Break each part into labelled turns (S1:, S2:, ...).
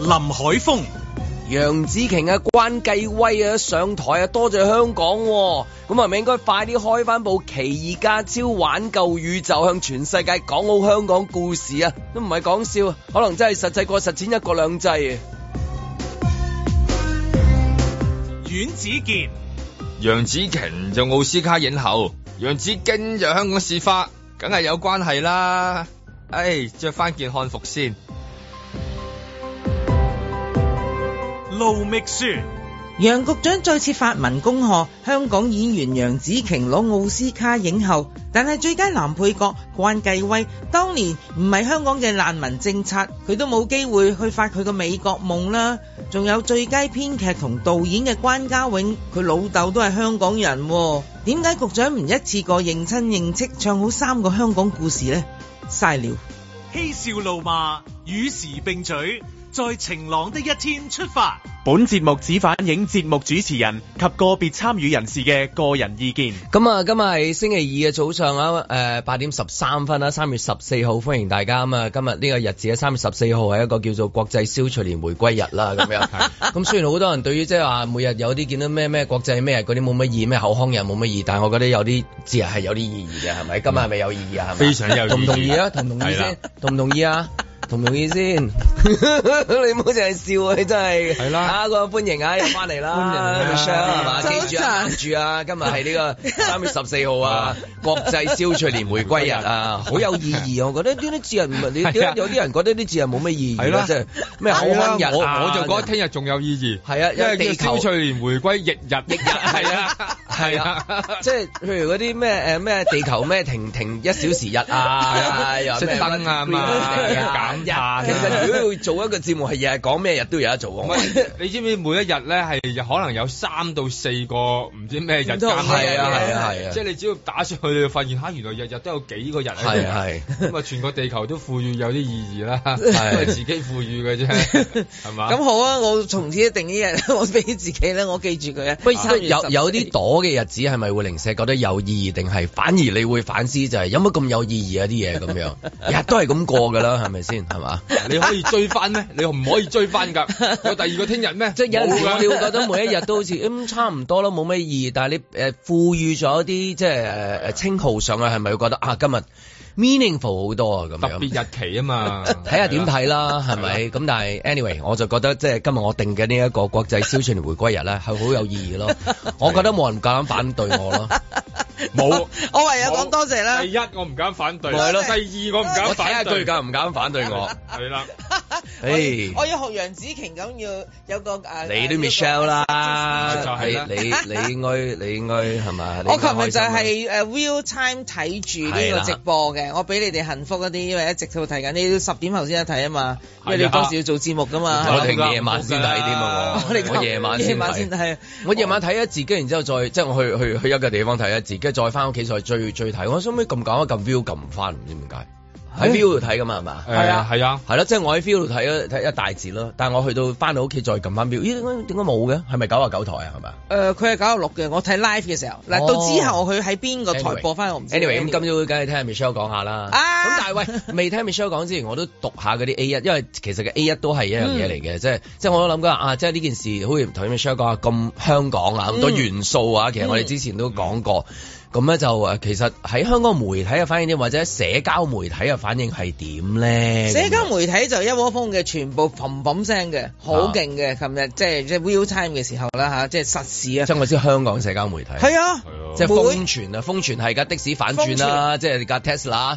S1: 林海峰、
S2: 楊紫瓊啊、關繼威啊上台啊，多謝香港喎、咁啊係咪應該快啲開翻部《奇異家超》挽救宇宙，向全世界講好香港故事啊？都唔係講笑啊，可能真係實際過實踐一國兩制啊！
S1: 阮子健、
S3: 楊紫瓊就奧斯卡影后，楊紫京就香港市花，梗係有關係啦。唉，着翻件漢服先。
S1: 盧覓雪、
S4: 楊局長再次發文恭賀香港演員楊紫瓊攞奧斯卡影后，但係最佳男配角關繼威當年唔係香港嘅難民政策，佢都冇機會去發佢個美國夢啦。仲有最佳編劇同導演嘅關家永，佢老豆都係香港人喎，點解局長唔一次過認親認戚唱好三個香港故事呢？嘥料！
S1: 嬉笑怒罵，與時並舉，在晴朗的一天出發。
S5: 本節目只反映節目主持人及個別參與人士嘅個人意見。
S2: 咁啊，今日係星期二嘅早上啊，誒八點十三分啦，啊三月十四號，歡迎大家咁啊！今日呢個日子咧，三月十四號係一個叫做國際消除年回歸日啦，咁 樣。咁雖然好多人對於即係話每日有啲見到咩咩國際咩日嗰啲冇乜意義，咩口腔日冇乜意義，但係我覺得有啲節日係有啲意義嘅，係咪？今日係咪有意義啊？係咪
S3: 嗯非常有意義
S2: 同唔同意啊？同唔同意
S3: 係啦
S2: 先？同唔同意啊？同唔同意先？ 你唔好淨係笑啊！你真係
S3: 係啦
S2: 下一個歡迎啊，又翻嚟啦，
S3: 歡迎啊
S2: Michelle 係嘛？記住啊，
S4: 早晨
S2: 住啊！今日係 呢個三月十四號啊，國際消除年回歸日 啊，好有意義啊！我覺得呢啲節日唔係你
S3: 係啊
S2: 點解有啲人覺得呢啲節日冇乜意義
S3: 係
S2: 啦，
S3: 啦
S2: 即係咩好
S3: 係啦
S2: 康日
S3: 我
S2: 啊
S3: 我就覺得聽日仲有意義。
S2: 係啊因
S3: 因
S2: 為
S3: 為
S2: 地
S3: 叫
S2: 球
S3: 蕭翠蓮回歸翌日，翌
S2: 日係啊
S3: 係
S2: 係啊
S3: 啊，，
S2: 即係譬如嗰啲咩誒咩地球咩停停一小時日 啊，又咩
S3: 熄燈啊
S2: Green
S3: 嘛
S2: Day
S3: 減碳
S2: 其實如果要做一個節目係日日講咩日都有得做
S3: 唔
S2: 喎。
S3: 係，你知唔知每一日咧係可能有三到四個唔知咩日間
S2: 唔同係啊係啊係啊
S3: 即係你只要打上去，你就發現嚇原來日日都有幾個日喺度
S2: 係係
S3: 咁啊，全個地球都賦予有啲意義啦，都
S2: 係
S3: 係自己賦予嘅啫，係嘛？
S4: 咁好啊，我從此一定呢日， 我俾自己咧，我記住佢啊。
S2: 喂，
S4: 3月
S2: 有
S4: 14
S2: 有啲朵嘅日子係咪會零舍覺得有意義，定係反而你會反思就係有乜咁有意義啊啲嘢咁樣， 日日都係咁過㗎啦，係咪先係嘛？
S3: 你可以追翻咩？你唔可以追翻㗎，有第二個聽日咩？
S2: 即係有陣時我哋會
S3: 冇㗎
S2: 覺得每一日都好似嗯差唔多啦，冇咩意義。但係你誒呃賦予咗一啲即係誒誒稱號上去，係咪會覺得啊今日 meaningful 好多啊咁
S3: 特別
S2: 樣？
S3: 日期啊嘛，
S2: 睇下點睇
S3: 係啦。
S2: 啦，係咪？咁但係 anyway，我就覺得即係今日我定嘅呢一個國際消除年回歸日咧，係好有意義 咯。我覺得冇人夠膽反對我咯。
S3: 冇
S4: 我唯有啊講多謝啦
S3: 第。一我唔敢反對，
S2: 係咯
S3: 第二我唔
S2: 我
S3: 敢
S2: 睇下佢
S3: 反對，
S2: 敢唔敢反對 我。
S3: 係啦。
S2: 唉
S4: 我要學楊紫瓊咁要有個呃誒，
S2: 哎你都
S4: 誒
S2: Michelle 啦
S4: 呢個
S3: 就係啦，
S2: 你你你應該你應該係嘛？你
S4: 我
S2: 應該
S4: 琴
S2: 開
S4: 日就
S2: 心啊
S4: 係誒呃 real time 睇住呢
S2: 係
S4: 個
S2: 啦
S4: 直播嘅，我俾你哋幸福嗰啲，因為一直都睇緊，你要十點後先有得睇啊嘛，因為你
S3: 係啊
S4: 當時要做節目噶嘛。
S2: 我哋夜晚先睇添啊！
S3: 我哋
S2: 我我夜晚
S4: 啊夜
S2: 先
S4: 晚先
S2: 睇。
S4: 睇，
S2: 我夜晚睇一節，跟住然之後再即係我去去去一個地方睇一節，跟住再翻屋企再追追睇。我想尾撳搞一撳 view 撳唔翻，唔知點解喺 view 度睇噶嘛係嘛？
S3: 係啊，係啊，
S2: 係咯，即係我喺 view 度睇咗睇一大節咯，但係我去到翻到屋企再撳翻 view，咦點解點解冇嘅？係咪九啊九台啊？係咪啊？
S4: 誒呃佢係九十六嘅，我睇 live 嘅時候，嗱
S2: 哦
S4: 到之後佢喺邊個台
S2: Anyway，
S4: 播翻我唔知。
S2: Anyway，咁今朝梗係聽下 Michelle 講下啦。
S4: 啊
S2: 咁但係喂，未聽 Michelle 講之前，我都讀下嗰啲 A 一，因為其實嘅 A 一都係一樣嘢嚟
S4: 嗯
S2: 嘅，即係即係我都諗緊啊，即係呢件事好似同 Michelle 講啊，咁香港啊，咁多元素啊，
S4: 嗯
S2: 其實我哋之前都講過。咁咧就誒，其實喺香港媒體嘅反應點，或者社交媒體嘅反應係點咧？
S4: 社交媒體就一窩蜂嘅，全部砰砰聲嘅，好勁嘅。琴日即係即係 real time 嘅時候啦吓，即係實時啊
S2: 即。係我知香港社交媒體
S4: 係啊，
S3: 係
S2: 即係
S3: 啊。
S4: 每
S2: 瘋傳啊！瘋傳係架的士反轉啦，即係架 Tesla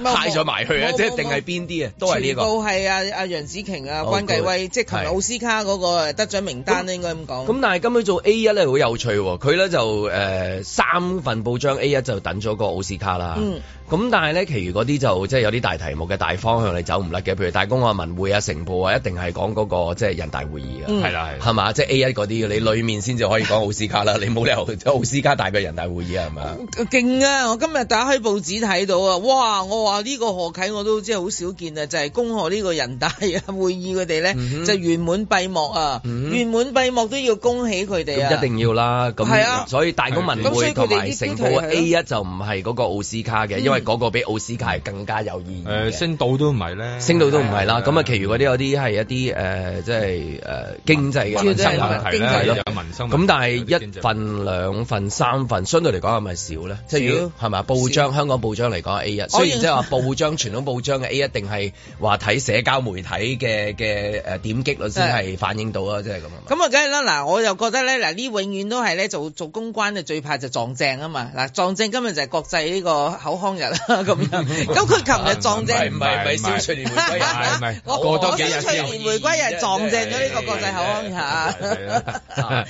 S4: 冇
S2: 揩咗埋去啊！
S4: 冇
S2: 即係
S4: 冇
S2: 定係
S4: 冇
S2: 邊啲啊？都係呢
S4: 全
S2: 個。
S4: 部係啊啊楊紫瓊啊
S2: 好
S4: 關繼威，
S2: good
S4: 即係琴日奧斯卡嗰個得獎名單啊咧，應該咁講。
S2: 咁但係今日做 A 一咧好有趣喎，佢咧就誒、呃三份報章 A 一就等咗個奧斯卡啦。
S4: 嗯
S2: 咁但係咧，其餘嗰啲就即係有啲大題目嘅大方向你走唔甩嘅，譬如大公啊、文匯啊、成報啊，一定係講嗰、個即係人大會議嘅，
S4: 嗯
S3: 係啦係啦
S2: 係嘛？即係 A 一嗰啲，你裡面先至可以講奧斯卡啦，你 冇理由即係奧斯卡大過人大會議啊，係嘛？
S4: 勁啊！我今日打開報紙睇到啊，哇！我話呢個賀啟我都即係好少見啊，就係恭賀呢個人大啊會議佢哋咧
S2: 嗯哼
S4: 就圓滿閉幕啊，
S2: 嗯哼
S4: 圓滿閉幕都要恭喜佢哋
S2: 咁
S4: 啊
S2: 一！定要啦，
S4: 係啊
S2: 咁所以大公文
S4: 咁所以
S2: 匯
S4: 佢哋
S2: 同
S4: 呢
S2: 埋
S4: 啲
S2: 成
S4: 都
S2: 報
S4: 係啊
S2: A 一就唔係嗰個奧斯卡嘅，
S4: 嗯
S2: 因為嗰個比奧斯卡係更加有意義嘅。
S3: 誒星島都唔係咧，
S2: 升嗯到都唔係啦，
S3: 係啊
S2: 咁啊，其餘嗰啲有啲係一啲誒，即係誒經濟嘅
S4: 主要
S2: 民
S4: 都
S2: 生
S4: 係
S2: 問題
S4: 經
S2: 啦，
S4: 濟
S2: 係咯
S3: 啊有民生問題
S2: 咁但
S3: 有啲
S2: 係
S3: 經濟
S2: 一份、兩份、三份，相對嚟講係咪少咧？即係如果係咪報章香港報章嚟講 A 一，雖然即係 話報章傳統報章嘅 A 一定係話睇社交媒體嘅嘅誒點擊率先係反映到啊，即係咁啊嘛。
S4: 咁啊，梗係啦！嗱，我又覺得咧，嗱呢永遠都係咧做做公關嘅最怕就撞正啊嘛！嗱，撞正今日就係國際呢個口腔日啦，咁 樣。咁佢琴日撞正，
S2: 唔係唔係消除年回歸
S3: 唔係唔
S2: 日，
S3: 係
S4: 啊我
S3: 過多幾
S4: 我
S3: 日
S4: 消除
S3: 先有
S4: 年回歸日撞正咗呢個國際口腔日啊
S3: 係啊 係啊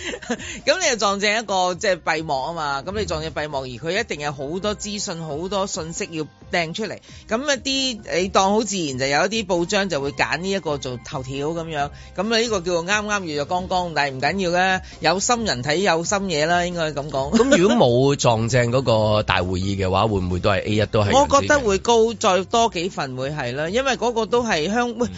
S4: 咁你又撞正一個即係閉幕啊嘛，咁你撞正閉幕，而佢一定有好多資訊、好多信息要掟出嚟，咁一啲你當好自然就有一啲報章就會揀呢一個做頭條咁樣，咁啊呢個叫做啱啱遇咗剛剛，但係唔緊要嘅，有心人睇有心嘢啦，應該咁講。
S2: 咁如果冇撞正嗰個大會議嘅話，會唔會都係 A 一都係？
S4: 我覺得會高，再多幾份會係啦，因為嗰個都係香。
S3: 嗯
S4: 喂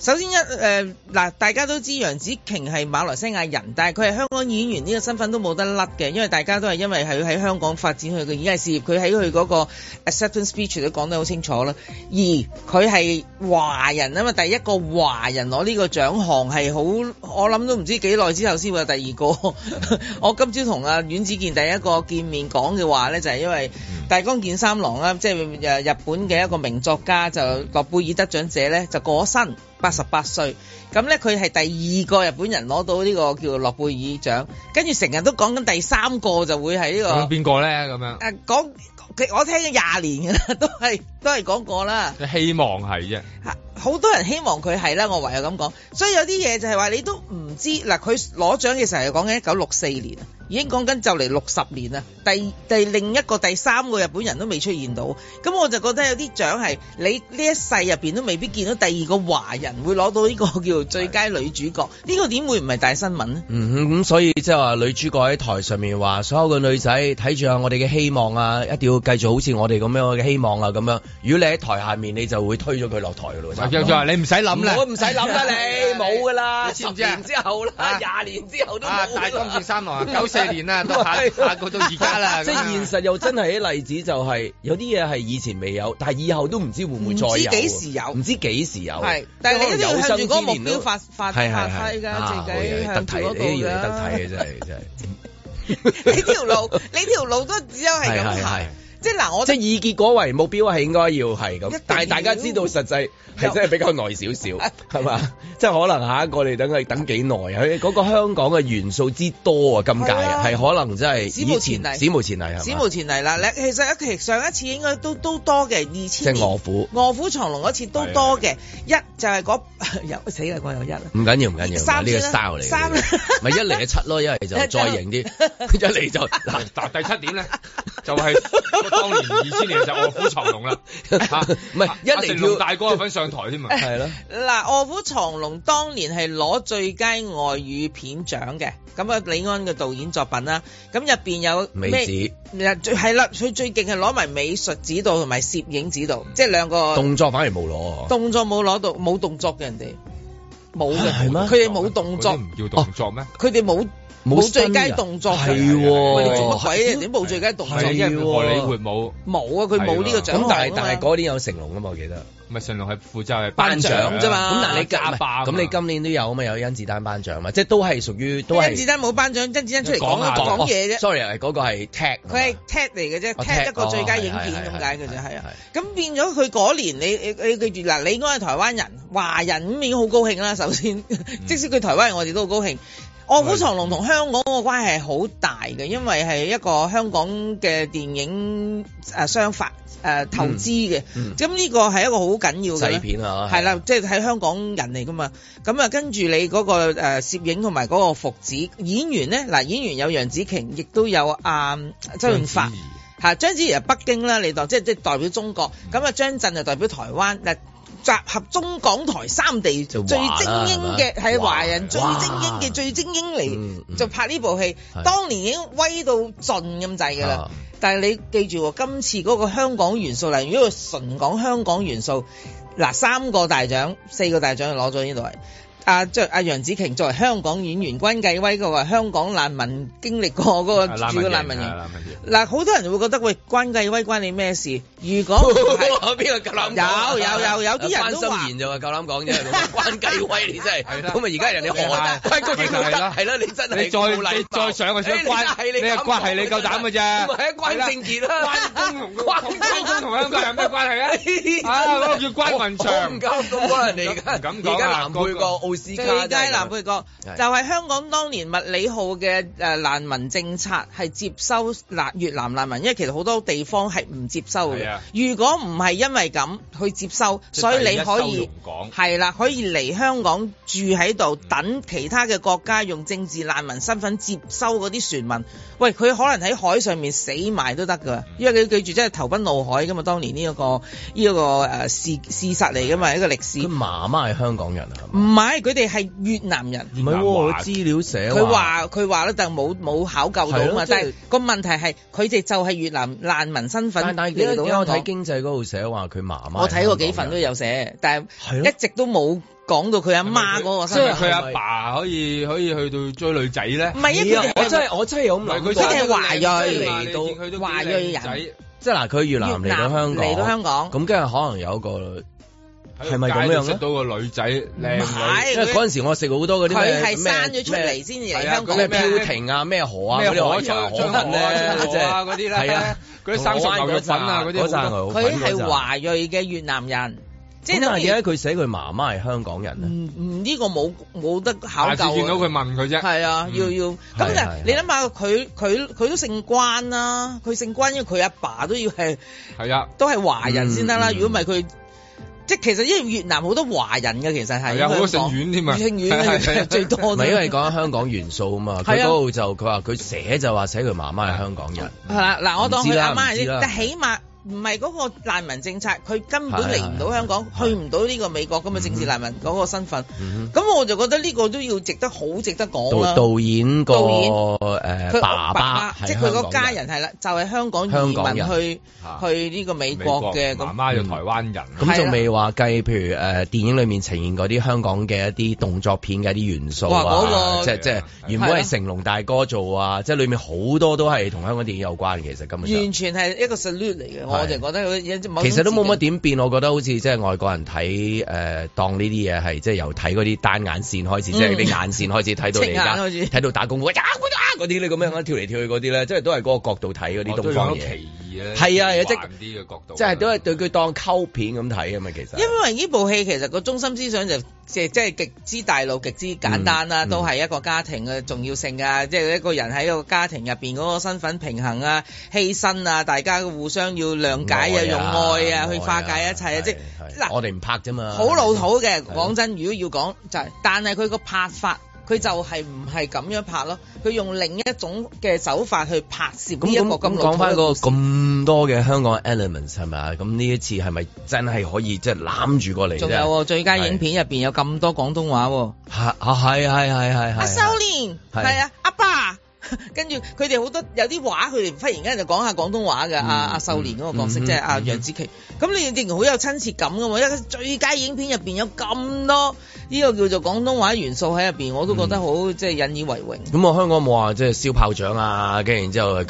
S4: 首先一誒嗱、大家都知楊紫瓊係馬來西亞人，但係佢係香港演員呢個身份都冇得甩嘅，因為大家都係因為佢喺香港發展佢嘅演藝事業，佢喺佢嗰個 acceptance speech 都講得好清楚啦。而佢係華人啊嘛，第一個華人攞呢個獎項係好，我諗都唔知幾耐之後先會有第二個。 我今朝同阿阮子健第一個見面講嘅話呢，就係、因為
S3: 嗯
S4: 大江健三郎啦，即係呃誒日本嘅一個名作家，就諾貝爾得獎者呢，就過咗身。八十八歲，咁咧佢係第二個日本人攞到呢個叫諾貝爾獎，跟住成日都講緊第三個就會係呢、
S3: 咁
S4: 個
S3: 邊個咧？咁樣
S4: 誒講佢我聽咗廿年㗎啦，都係都係講過啦，
S3: 希望係啫，
S4: 好多人希望佢係啦，我唯有咁講，所以有啲嘢就係話你都唔知嗱，佢攞獎嘅時候係講緊一九六四年啊，已經講緊就嚟六十年啦，第第另一個第三個日本人都未出現到，咁我就覺得有啲獎係你呢一世入邊都未必見到第二個華人會攞到呢個叫做最佳女主角，呢、個點會唔係大新 聞呢？
S2: 嗯哼，咁所以即係話女主角喺台上面話，所有嘅女仔睇住下我哋嘅希望啊，一定要繼續好似我哋咁樣嘅希望啊咁樣。如果你喺台下面，你就會推咗佢落台噶咯。差唔多
S3: 佢話你唔使諗啦
S2: 我。唔使諗啦，你冇噶啦，
S3: 你知
S2: 十
S3: 唔知啊
S2: 年之後啦，廿年之後都
S3: 啊！
S2: 冇
S3: 大
S2: 㗎
S3: 金
S2: 啦
S3: 件。三郎啊，九四年啦，都下下個到而家啦。
S4: 啊
S2: 即係現實又真係啲例子就係、有啲嘢係以前未有，但係以後都唔知會唔會再有，啊
S4: 唔知幾時有
S2: 唔知幾時有。
S4: 係，但係你一定要向住嗰個目標發發發
S2: 係係
S4: 揮
S2: 係
S4: 㗎，
S2: 啊
S4: 自
S2: 好嘢
S4: 己
S2: 得
S4: 向住
S2: 體，呢
S4: 嗰個
S2: 樣嘢得
S4: 㗎
S2: 體嘅真係真係。
S4: 你條路，你條路都只有係
S2: 係係
S4: 咁
S2: 係
S4: 行。即係嗱，我
S2: 即係以結果為目標係應該要係
S4: 一定
S2: 咁
S4: 要，
S2: 但係大家知道實際係真係比較耐少 少，係嘛？即係可能下一個你等佢等幾耐啊？佢嗰個香港嘅元素之多啊，今屆
S4: 係啊
S2: 係可能真係
S4: 史無
S2: 以
S4: 前例
S2: 前史無前例係嘛？
S4: 史無前例啦。你其實一期上一次應該都都多嘅，二
S2: 即
S4: 千
S2: 係
S4: 年
S2: 卧虎，
S4: 卧虎藏龍嗰次都多嘅。一就係嗰 有死啦，我有一啦。
S2: 唔緊要唔緊要，
S4: 三
S2: 呢個
S4: 先
S2: style
S4: 啦
S2: 嚟
S4: 三
S2: 嘅， 咪一嚟就七咯，一嚟就再型啲，一嚟就 嗱。
S3: 嗱，第七點咧，就係當年二千年就卧虎藏龍啦。嚇
S2: 唔
S4: 啊
S2: 係一嚟
S3: 阿成
S2: 叫
S3: 龍大哥有份上台添啊。
S2: 係咯，
S4: 嗱，《卧虎藏龍》當年係攞最佳外語片獎嘅，咁啊李安嘅導演作品啦，咁入邊有
S2: 美
S4: 咩呃
S2: 指
S4: 最係啦，佢最勁係攞埋美術指導同埋攝影指導，即係兩個
S2: 動作反而冇攞，
S4: 動作冇攞到，冇動作嘅人哋冇嘅，
S2: 係咩
S4: 佢哋冇動
S3: 嗰
S4: 作
S3: 啲，唔叫動作咩？
S4: 佢哋冇冇最佳動作
S2: 係
S4: 嘅。喂你做乜
S2: 喎。
S4: 鬼啊？人哋冇最佳動作
S3: 係因為
S2: 喎
S3: 荷里活冇，
S4: 冇啊！佢冇呢個獎
S2: 咁
S4: 項
S2: 但係
S4: 啊
S2: 但係
S4: 嘛
S2: 嗰年有成龍啊嘛，我記得。
S3: 咪成龍係負責係
S2: 頒獎
S4: 獎啫嘛
S2: 咁但係你
S3: 加爆
S2: 咁你今年都有啊嘛，有甄子丹頒獎嘛，即係都係屬於都
S4: 甄子
S2: 係啊
S4: 丹冇頒獎，甄子丹出嚟
S3: 講下
S4: 講啊哦講嘢啫。
S2: Sorry，係嗰個係 tag，
S4: 佢係 tag 嚟嘅啫
S2: 哦
S4: ，tag
S2: tag，
S4: 一個最佳影片
S2: 哦係
S4: 咁解嘅啫，
S2: 係係
S4: 係啊。
S2: 係
S4: 咁變咗佢嗰年，你你你記住嗱，李安係台灣人，華人咁已經好高興啦。首先，嗯即使佢台灣人，我哋都好高興。卧虎藏龍同香港個關係係好大嘅，因為係一個香港嘅電影誒商發誒投資嘅，
S2: 嗯
S4: 咁呢個係一個好緊要嘅咧
S2: 細片啊，
S4: 嗯係啦，即係喺香港人嚟噶嘛，咁啊跟住你嗰、個誒、呃、攝影同埋嗰個服子演員咧，嗱演員有楊紫瓊，亦都有啊周潤發
S3: 章子怡
S4: 嚇，張子怡係北京啦，你當即係即係代表中國，咁啊張震就代表台灣嗱。集合中港台三地
S2: 就
S4: 最
S2: 華
S4: 精
S2: 啦
S4: 英嘅
S2: 係咪
S4: 係華人最
S2: 華
S4: 精英嘅最精
S2: 嗯
S4: 英
S2: 嗯
S4: 嚟就拍呢部戲
S2: 係，
S4: 當年已經威到盡咁滯㗎啦
S2: 啊。
S4: 但係你記住喎，今次嗰個香港元素嚟，如果佢純講香港元素，嗱三個大獎、四個大獎就攞咗呢度係。阿即係阿楊紫瓊作為香港演員，關繼威佢話香港難民經歷過嗰個
S3: 啊
S4: 主要難民
S3: 係
S4: 營。
S3: 難民營
S4: 嗱，好多人會覺得喂，關繼威關你咩事？如果唔係
S2: 邊個夠膽講啊？
S4: 有有有有啲人都
S2: 關
S4: 話
S2: 心。妍就話夠膽講啫，咁啊關繼威你真係，
S3: 係啦
S2: 咁啊而家人哋韓
S3: 係
S2: 關繼威
S3: 咪就係啦
S2: 係啦，你真係
S3: 你再
S2: 冇禮
S3: 你
S2: 貌
S3: 再上去想
S2: 誒
S3: 關
S2: 你真係
S3: 你
S2: 咁
S3: 係關
S2: 講
S3: 係你
S2: 真
S3: 夠膽嘅啫
S2: 唔係啊關正傑啦，
S3: 關公同
S2: 關
S3: 關公同香港有咩關係 啊？啊，嗰個叫關雲
S2: 我唔
S3: 長。
S2: 敢咁講人哋而
S3: 唔
S2: 家，
S3: 敢講啊
S2: 而家男配角奧斯卡
S4: 最佳
S2: 真係
S4: 男配角
S2: 係
S4: 就係香港當年麥理浩嘅誒難民政策係接收難越南難民，因為其實好多地方係唔接收
S3: 係
S4: 嘅
S3: 啊。
S4: 如果唔係因為咁去接收，所以你可以
S3: 講
S4: 係啦，可以嚟香港住喺度，等其他嘅國家用政治難民身份接收嗰啲船民。喂，佢可能喺海上面死埋都得㗎，因為你要記住，真係投奔怒海㗎嘛。當年呢、一個呢一、個誒事事實嚟㗎嘛，一個歷史。
S2: 佢媽媽係香港人啊，係
S4: 唔
S2: 嘛
S4: 係，佢哋係越南人。
S2: 唔係喎，我資料寫
S4: 佢話佢話咧，但冇冇考究到
S2: 係
S4: 啊
S2: 咯
S4: 嘛。
S2: 即係
S4: 但係個問題係，佢哋就係越南難民身份
S2: 但但
S4: 嚟
S2: 係
S4: 到
S2: 因為我
S4: 香
S2: 睇
S4: 港。
S2: 經濟嗰度寫話佢媽媽，
S4: 我睇過幾份都。有寫，但
S2: 係
S4: 係
S2: 咯
S4: 一直都冇講到佢阿媽嗰個
S3: 即係
S4: 身
S3: 佢
S4: 份。
S3: 阿爸可以可以去到追女仔咧
S4: 唔。係
S2: 係
S4: 啊，
S2: 啊
S4: 佢哋！
S2: 我真
S4: 係
S2: 係我真係有咁諗過，
S3: 佢
S4: 真係華裔
S2: 嚟到
S3: 嚟到
S4: 華裔人
S2: 即係嗱，佢越南嚟到香港，
S4: 越南嚟到香港
S2: 咁跟住可能有個，
S3: 係
S2: 係
S3: 咪
S2: 咪咁
S3: 咁
S2: 樣
S3: 樣
S2: 咧
S3: 識到個女仔靚
S4: 唔
S3: 女，
S4: 係
S2: 因為嗰
S4: 佢
S2: 陣時我食過好多嗰啲
S4: 佢
S2: 咩
S4: 係生咗出
S2: 咩
S4: 嚟先至嚟
S3: 係啊
S4: 香
S3: 嗰
S4: 港
S2: 咩
S3: 啲
S4: 㗎
S3: 咩
S4: 嘛。
S2: 飄婷啊，咩河啊，
S3: 咩
S2: 嗰啲
S3: 海
S2: 可
S3: 菜
S2: 可
S3: 海
S2: 粉咧，
S3: 河
S2: 即係
S3: 啊嗰啲咧
S2: 係啊，
S3: 嗰啲生熟牛肉粉啊嗰啲好多
S2: 嗰陣牛肉粉
S4: 佢
S2: 嗰陣
S4: 係華裔嘅越南人，即
S2: 咁
S4: 係
S2: 但
S4: 等
S2: 係點
S4: 於
S2: 解佢寫佢媽媽係香港人
S4: 唔
S2: 咧？
S4: 唔呢個冇冇得考
S3: 下
S4: 究
S3: 次見到
S4: 啊
S3: 佢問佢啫。
S4: 係啊，
S3: 嗯
S4: 要要咁
S2: 係
S4: 嗱
S2: 係，
S4: 你諗下佢佢佢都姓關啦，佢姓關，因為佢阿爸都要係
S3: 係啊，
S4: 都係華人先得啦。
S2: 嗯嗯
S4: 如果唔係佢，即係其實因為越南好多華人嘅，其實係
S3: 係啊，好多姓
S4: 香港
S3: 阮添啊，
S4: 姓阮啊
S3: 係啊
S4: 最
S2: 唔
S4: 多都
S2: 係因為講緊香港元素啊嘛，佢
S4: 係
S2: 嗰
S4: 啊
S2: 度就佢話佢寫就話寫佢媽媽係香港人，
S4: 係啦。嗱，我當
S2: 唔知
S4: 佢
S2: 啦
S4: 阿媽係
S2: 唔知
S4: 先
S2: 啦
S4: 但起碼唔係嗰個難民政策，佢根本
S2: 係
S4: 嚟唔到香港，
S2: 係係
S4: 去唔到呢個美國咁嘅政治難民嗰個身份。
S2: 嗯
S4: 咁我就覺得呢個都要值得好值得
S2: 哼
S4: 講
S2: 導
S4: 啦。
S2: 導演個
S4: 啊導演
S2: 誒爸爸係
S4: 即係佢個
S2: 香港
S4: 家人係啦，就係香港
S2: 香
S4: 移
S2: 港
S4: 民
S2: 人
S4: 去
S3: 啊
S4: 去呢個美國嘅
S3: 媽
S4: 咁。
S3: 媽就台灣人，
S2: 咁
S4: 係啦
S2: 仲未話計，譬如誒、呃、電影裏面呈現嗰啲香港嘅一啲動作片嘅一啲元素啊，
S4: 哇嗰個
S2: 即係即係原本係成龍大哥做啊，即係裏面好多都係同香港電影有關嘅，其實根本上
S4: 完全係一個 salute 嚟嘅，
S2: 係
S4: 我就覺得有有某種
S2: 其實都冇乜
S4: 自
S2: 點變，我覺得好似即係外國人睇誒、呃、當呢啲嘢係即係由睇嗰啲單眼線開始，即係啲眼線開始睇到你
S4: 嗯赤眼
S2: 而
S4: 開始
S2: 家睇到打工啊嗰啲咧咁樣跳嚟跳去嗰啲咧，即係都係嗰個角度睇嗰啲
S4: 哦
S3: 我都
S2: 東
S3: 有好
S2: 方
S3: 多
S2: 嘢，
S3: 奇異咧，
S2: 係啊
S3: 即
S2: 即
S3: 啲嘅角度，
S2: 即係都係對佢當溝片咁睇啊嘛，其實
S4: 因為呢部戲其實個中心思想就即係即係極之大路、極之簡單啦，
S2: 嗯嗯
S4: 都係一個家庭嘅重要性啊，即係一個人喺一個家庭入邊嗰個身份平衡啊、犧牲啊，大家互相要諒解啊、用愛啊去化解一切啊，即係
S2: 係
S4: 嗱
S2: 我哋唔拍啫嘛，
S4: 好老土嘅。
S2: 係
S4: 講真，如果要講就係，但係佢個拍法。佢就係唔係咁樣拍咯，佢用另一種嘅手法去拍攝
S2: 咁
S4: 呢一個
S2: 咁
S4: 咁
S2: 咁
S4: 老
S2: 講
S4: 土
S2: 翻
S4: 嘅
S2: 嗰
S4: 故
S2: 個
S4: 事
S2: 咁多嘅香港 elements 係咪啊？咁呢一次係咪真係可以即係攬住過嚟啫？
S4: 仲有喎，最佳影片入邊有咁多廣東話喎。
S2: 係啊，係係係係係。啊
S4: 阿修練
S2: 係
S4: 係啊，阿爸。 跟住佢哋好多有啲話，佢哋忽然間就講下廣東話嘅。阿阿秀蓮嗰個角色
S2: 嗯
S4: 即係阿
S2: 嗯
S4: 楊紫瓊，咁你哋好有親切感噶嘛？因為最佳影片入邊有咁多呢個叫做廣東話元素喺入邊，我都覺得
S2: 嗯
S4: 好即係引以為榮。
S2: 咁我香港冇話即係燒炮仗啊，跟住然之後誒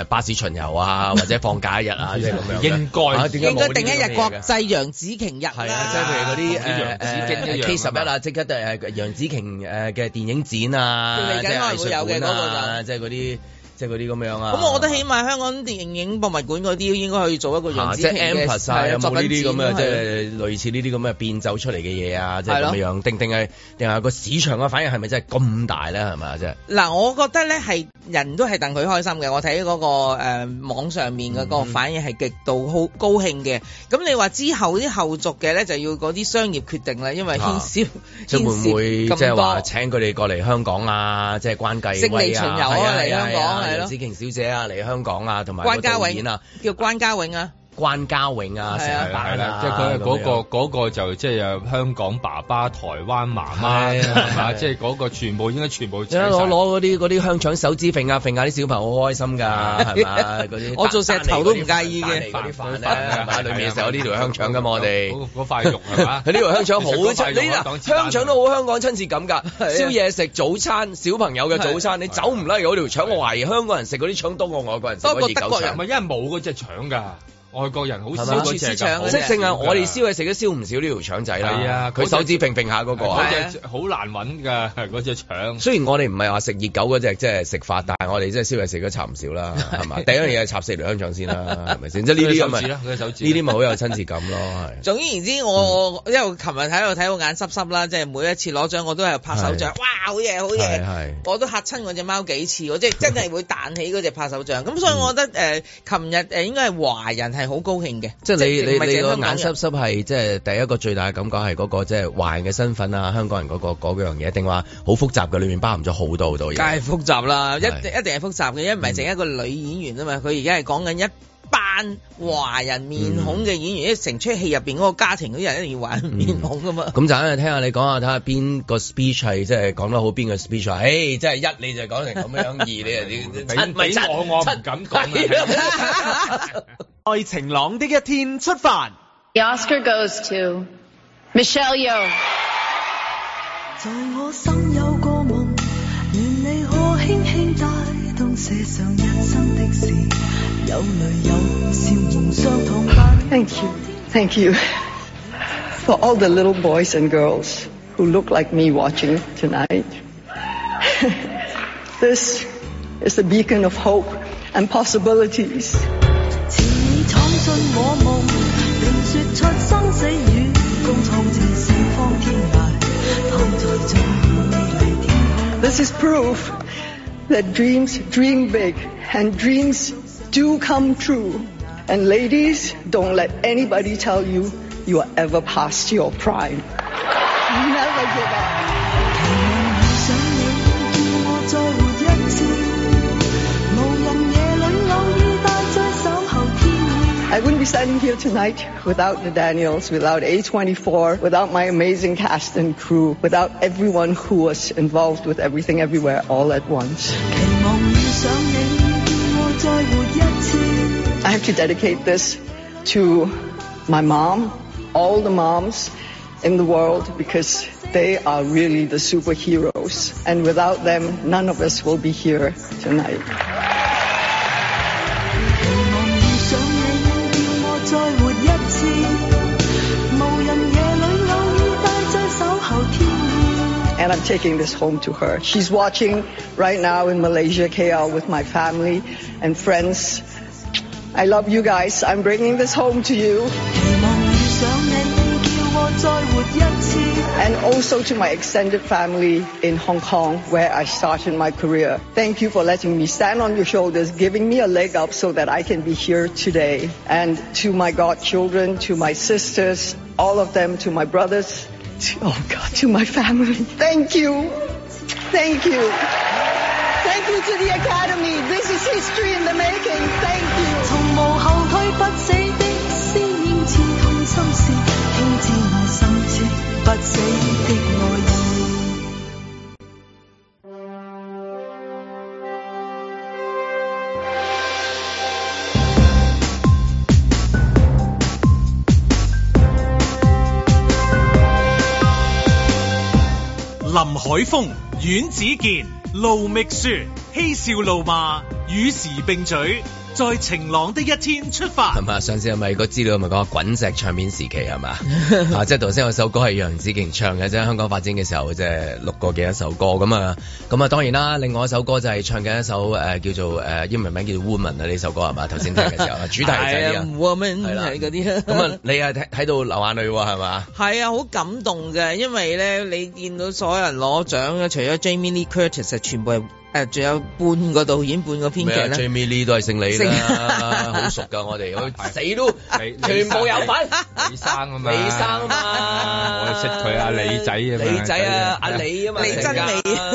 S2: 誒巴士巡遊啊，或者放假一日啊，即係咁樣。
S3: 應該
S2: 啊點解
S4: 應
S2: 冇呢
S4: 該
S2: 啲
S4: 定
S2: 咁
S4: 一
S2: 嘅嘢
S4: 日
S2: 嘅
S4: 國際楊紫瓊日
S2: 係啊，即係
S4: 啦。
S2: 譬如嗰
S3: 同啲
S2: 啲
S3: 楊
S2: 誒
S3: 紫瓊一樣
S2: 誒
S3: 啊
S2: K 十一啊，即刻誒楊紫瓊誒嘅電影展啊，
S4: 嚟緊
S2: 即係藝
S4: 可能會有嘅
S2: 術館啊，
S4: 嗰個
S2: 即係嗰啲即係嗰啲咁樣啊。
S4: 咁我覺得起碼香港電影博物館嗰啲應該去做一個楊
S2: 啊
S4: 紫
S2: 即
S4: 瓊
S2: 係
S4: 嘅
S2: Empress 啊，
S4: 係
S2: 有
S4: 啊作
S2: 冇呢
S4: 品
S2: 啲咁
S4: 展
S2: 嘅
S4: 啊
S2: 即
S4: 係
S2: 係類似呢啲咁嘅變奏出嚟嘅嘢啊，即係咁
S4: 係
S2: 樣，定定係定係個市場嘅反應係咪真係咁大咧？係咪啊？即係
S4: 嗱，我覺得咧係人都係戥佢開心嘅，我睇嗰、個誒、呃、網上面嘅
S2: 嗯
S4: 個反應係極度好高興嘅。咁你話之後啲後續嘅咧，就要嗰啲商業決定啦，因為牽涉、
S2: 啊 即係會
S4: 牽涉
S2: 唔會
S4: 咁
S2: 即係話
S4: 多。
S2: 請佢哋過嚟香港啊？即係關繼
S4: 悉
S2: 威
S4: 尼
S2: 啊，
S4: 巡遊啊
S2: 係
S4: 嚟香
S2: 係
S4: 港
S2: 啊
S4: 係咯
S2: 楊紫瓊小姐啊嚟香港啊，同埋
S4: 關
S2: 關
S4: 家
S2: 導
S4: 永
S2: 演啊，
S4: 叫關家永啊，
S2: 關家永啊，成
S4: 係啊
S2: 日
S3: 係
S2: 版
S3: 啦
S2: 啊，，
S3: 即係佢嗰
S2: 咁樣
S3: 個嗰個就即係有香港爸爸、台灣媽媽
S2: 係啊
S3: 係嘛，
S2: 係
S3: 即係嗰個全部應該全部
S2: 一攞攞嗰啲嗰啲香腸手指揈下揈下啲小朋友好開心㗎，係嘛？嗰啲
S4: 我做石頭都唔介意
S2: 蛋嚟
S4: 嘅
S2: 嗰啲飯
S3: 啊
S2: 咧，係啊嘛？裏面就有呢條香腸㗎嘛，我哋。
S3: 嗰嗰塊肉係嘛，
S2: 佢 呢條香腸好
S3: 你食嗰塊
S2: 親，
S3: 肉
S2: 你
S3: 啊
S2: 嗱
S3: 當子彈
S2: 香腸都好香港親切感
S4: 係啊
S2: 㗎。宵夜食早餐，小朋友嘅早餐，你走唔甩嗰條腸，我懷疑香港人食嗰啲腸多過外國人食嗰
S4: 多過
S2: 熱
S4: 德
S2: 狗
S4: 國
S3: 唔
S2: 腸
S4: 人。
S3: 係因為冇嗰隻腸㗎，外國人好少
S2: 係嘛
S3: 嗰隻
S4: 好似
S3: 㗎
S4: 腸嗰
S3: 好
S2: 即
S3: 少
S4: 隻
S2: 係正係
S3: 㗎
S2: 啊我哋燒嘢食都燒唔少呢條腸仔啦。
S3: 係啊嗰
S2: 佢
S3: 隻
S2: 手指揈揈下嗰個啊。
S3: 嗰隻好難揾㗎，嗰隻腸。
S2: 雖然我哋唔係話食熱狗嗰只即係食法，但係我哋即係宵夜食都插唔少 啦，係嘛？第一樣嘢係插四條香腸先啦，係咪先？即係呢啲咁咪
S3: 佢手指啦
S2: 呢
S3: 佢手指啦
S2: 啲咪好有親切感 咯，係。
S4: 總言之，我我
S2: 嗯
S4: 因為我琴日喺度睇到眼濕濕啦，即係每一次攞獎我都係拍手掌，哇好嘢好
S2: 係
S4: 嘢！
S2: 係
S4: 我都嚇親我只貓幾次，我即係真 係會彈起嗰只拍手掌。咁所以我覺得誒，琴日誒應該係華人係好高興嘅，
S2: 即係你
S4: 唔係
S2: 你你
S4: 淨係
S2: 個
S4: 香港
S2: 眼
S4: 人
S2: 濕濕係即係第一個最大嘅感覺係嗰個即係華人嘅身份啊，香港人嗰個嗰樣嘢，定話好複雜嘅，裏面包含咗好多好多
S4: 梗
S2: 嘢。
S4: 係複雜啦，一
S2: 係
S4: 一定係複雜嘅，因為唔
S2: Ừ.
S4: 係淨一個女演員啊嘛，佢而家係講緊一班華人
S2: Ừ.
S4: 面孔嘅演員，因為成出戲入邊嗰個家庭嗰啲人一定要華
S2: Ừ.
S4: 人面孔噶嘛。
S2: 咁就喺度聽下你講下，睇下邊個 speech 係即係講得好，邊個 speech 係，唉，即係一你就講成咁樣，二你就你 你七
S3: 俾
S2: 咪
S3: 俾
S2: 七
S3: 我我唔敢講啊
S2: 七係啦
S5: 在晴朗的一天出發。
S6: The Oscar goes to Michelle Yeoh.
S7: 在我心有個夢，願你可輕輕帶動，寫上人生的事，有淚有笑，無相同不
S8: Thank you. Thank you. For all the little boys and girls who look like me watching tonight. this is a beacon of hope and possibilities.
S7: 前已闖進我夢，並説出生死與共同這四方天涯，躺在最美麗天空。
S8: This is proof that dreams dream big and dreams do come true. And ladies, don't let anybody tell you you are ever past your prime. Never give up.
S7: 遇上你，叫我再活一次。無人夜裏偶遇，但在守候天會。
S8: I wouldn't be standing here tonight without the Daniels, without A24, without my amazing cast and crew, without everyone who was involved with everything everywhere all at once.
S7: 期望遇上你，叫我再活一次。
S8: I have to dedicate this to my mom, all the moms in the world, because they are really the superheroes. And without them, none of us will be here tonight.
S7: 期望遇上你，叫我再活一次。無人夜裏偶遇，但在守候天會。
S8: and I'm taking this home to her. She's watching right now in Malaysia, KL, with my family and friends. I love you guys. I'm bringing this home to you
S7: 期望遇上你，叫我再活一次。
S8: and also to my extended family in Hong Kong, where I started my career. Thank you for letting me stand on your shoulders, giving me a leg up so that I can be here today. And to my godchildren, to my sisters, all of them, to my brothers, to, oh God, to my family. Thank you. Thank you. Thank you to the Academy. This is history in the making. Thank you.
S7: 從無後退不死的思念，刺痛心事，輕知我心切不死的愛意。
S1: 林海峰、阮子健、盧覓雪，嬉笑怒罵，與時並舉，在晴朗的一天出發
S2: 係。嘛？上次係咪個資料係咪講滾石唱片時期係 嘛？啊，即係頭先有首歌係楊紫瓊唱嘅啫，香港發展嘅時候即係錄過幾多首歌咁啊，咁啊當然啦，另外一首歌就係唱緊一首誒、呃叫做誒、呃英文名叫做 Woman 啊呢首歌係嘛？頭先聽嘅時候主題 就係呢、
S4: 係啊，woman
S2: 個，係啦
S4: 係嗰啲啊
S2: 咁 啊，你啊睇睇到流眼淚喎係嘛？
S4: 係啊，好 ờ, 感動嘅，因為咧，你見到所有人攞獎嘅，除咗 Jamie Lee Curtis，係全部係誒仲有半個導演、半個編劇啦。
S2: 啊 Jamie Lee 都係姓李啦，
S4: 姓
S2: 好熟㗎我哋，佢死都
S3: 李李
S2: 全部有份。
S3: 李生啊嘛，
S2: 李生啊嘛，
S3: 我識佢
S4: Ờ,
S3: 啊，李仔啊嘛，
S2: 李仔啊，阿 李啊嘛，
S4: 李真美
S2: 成家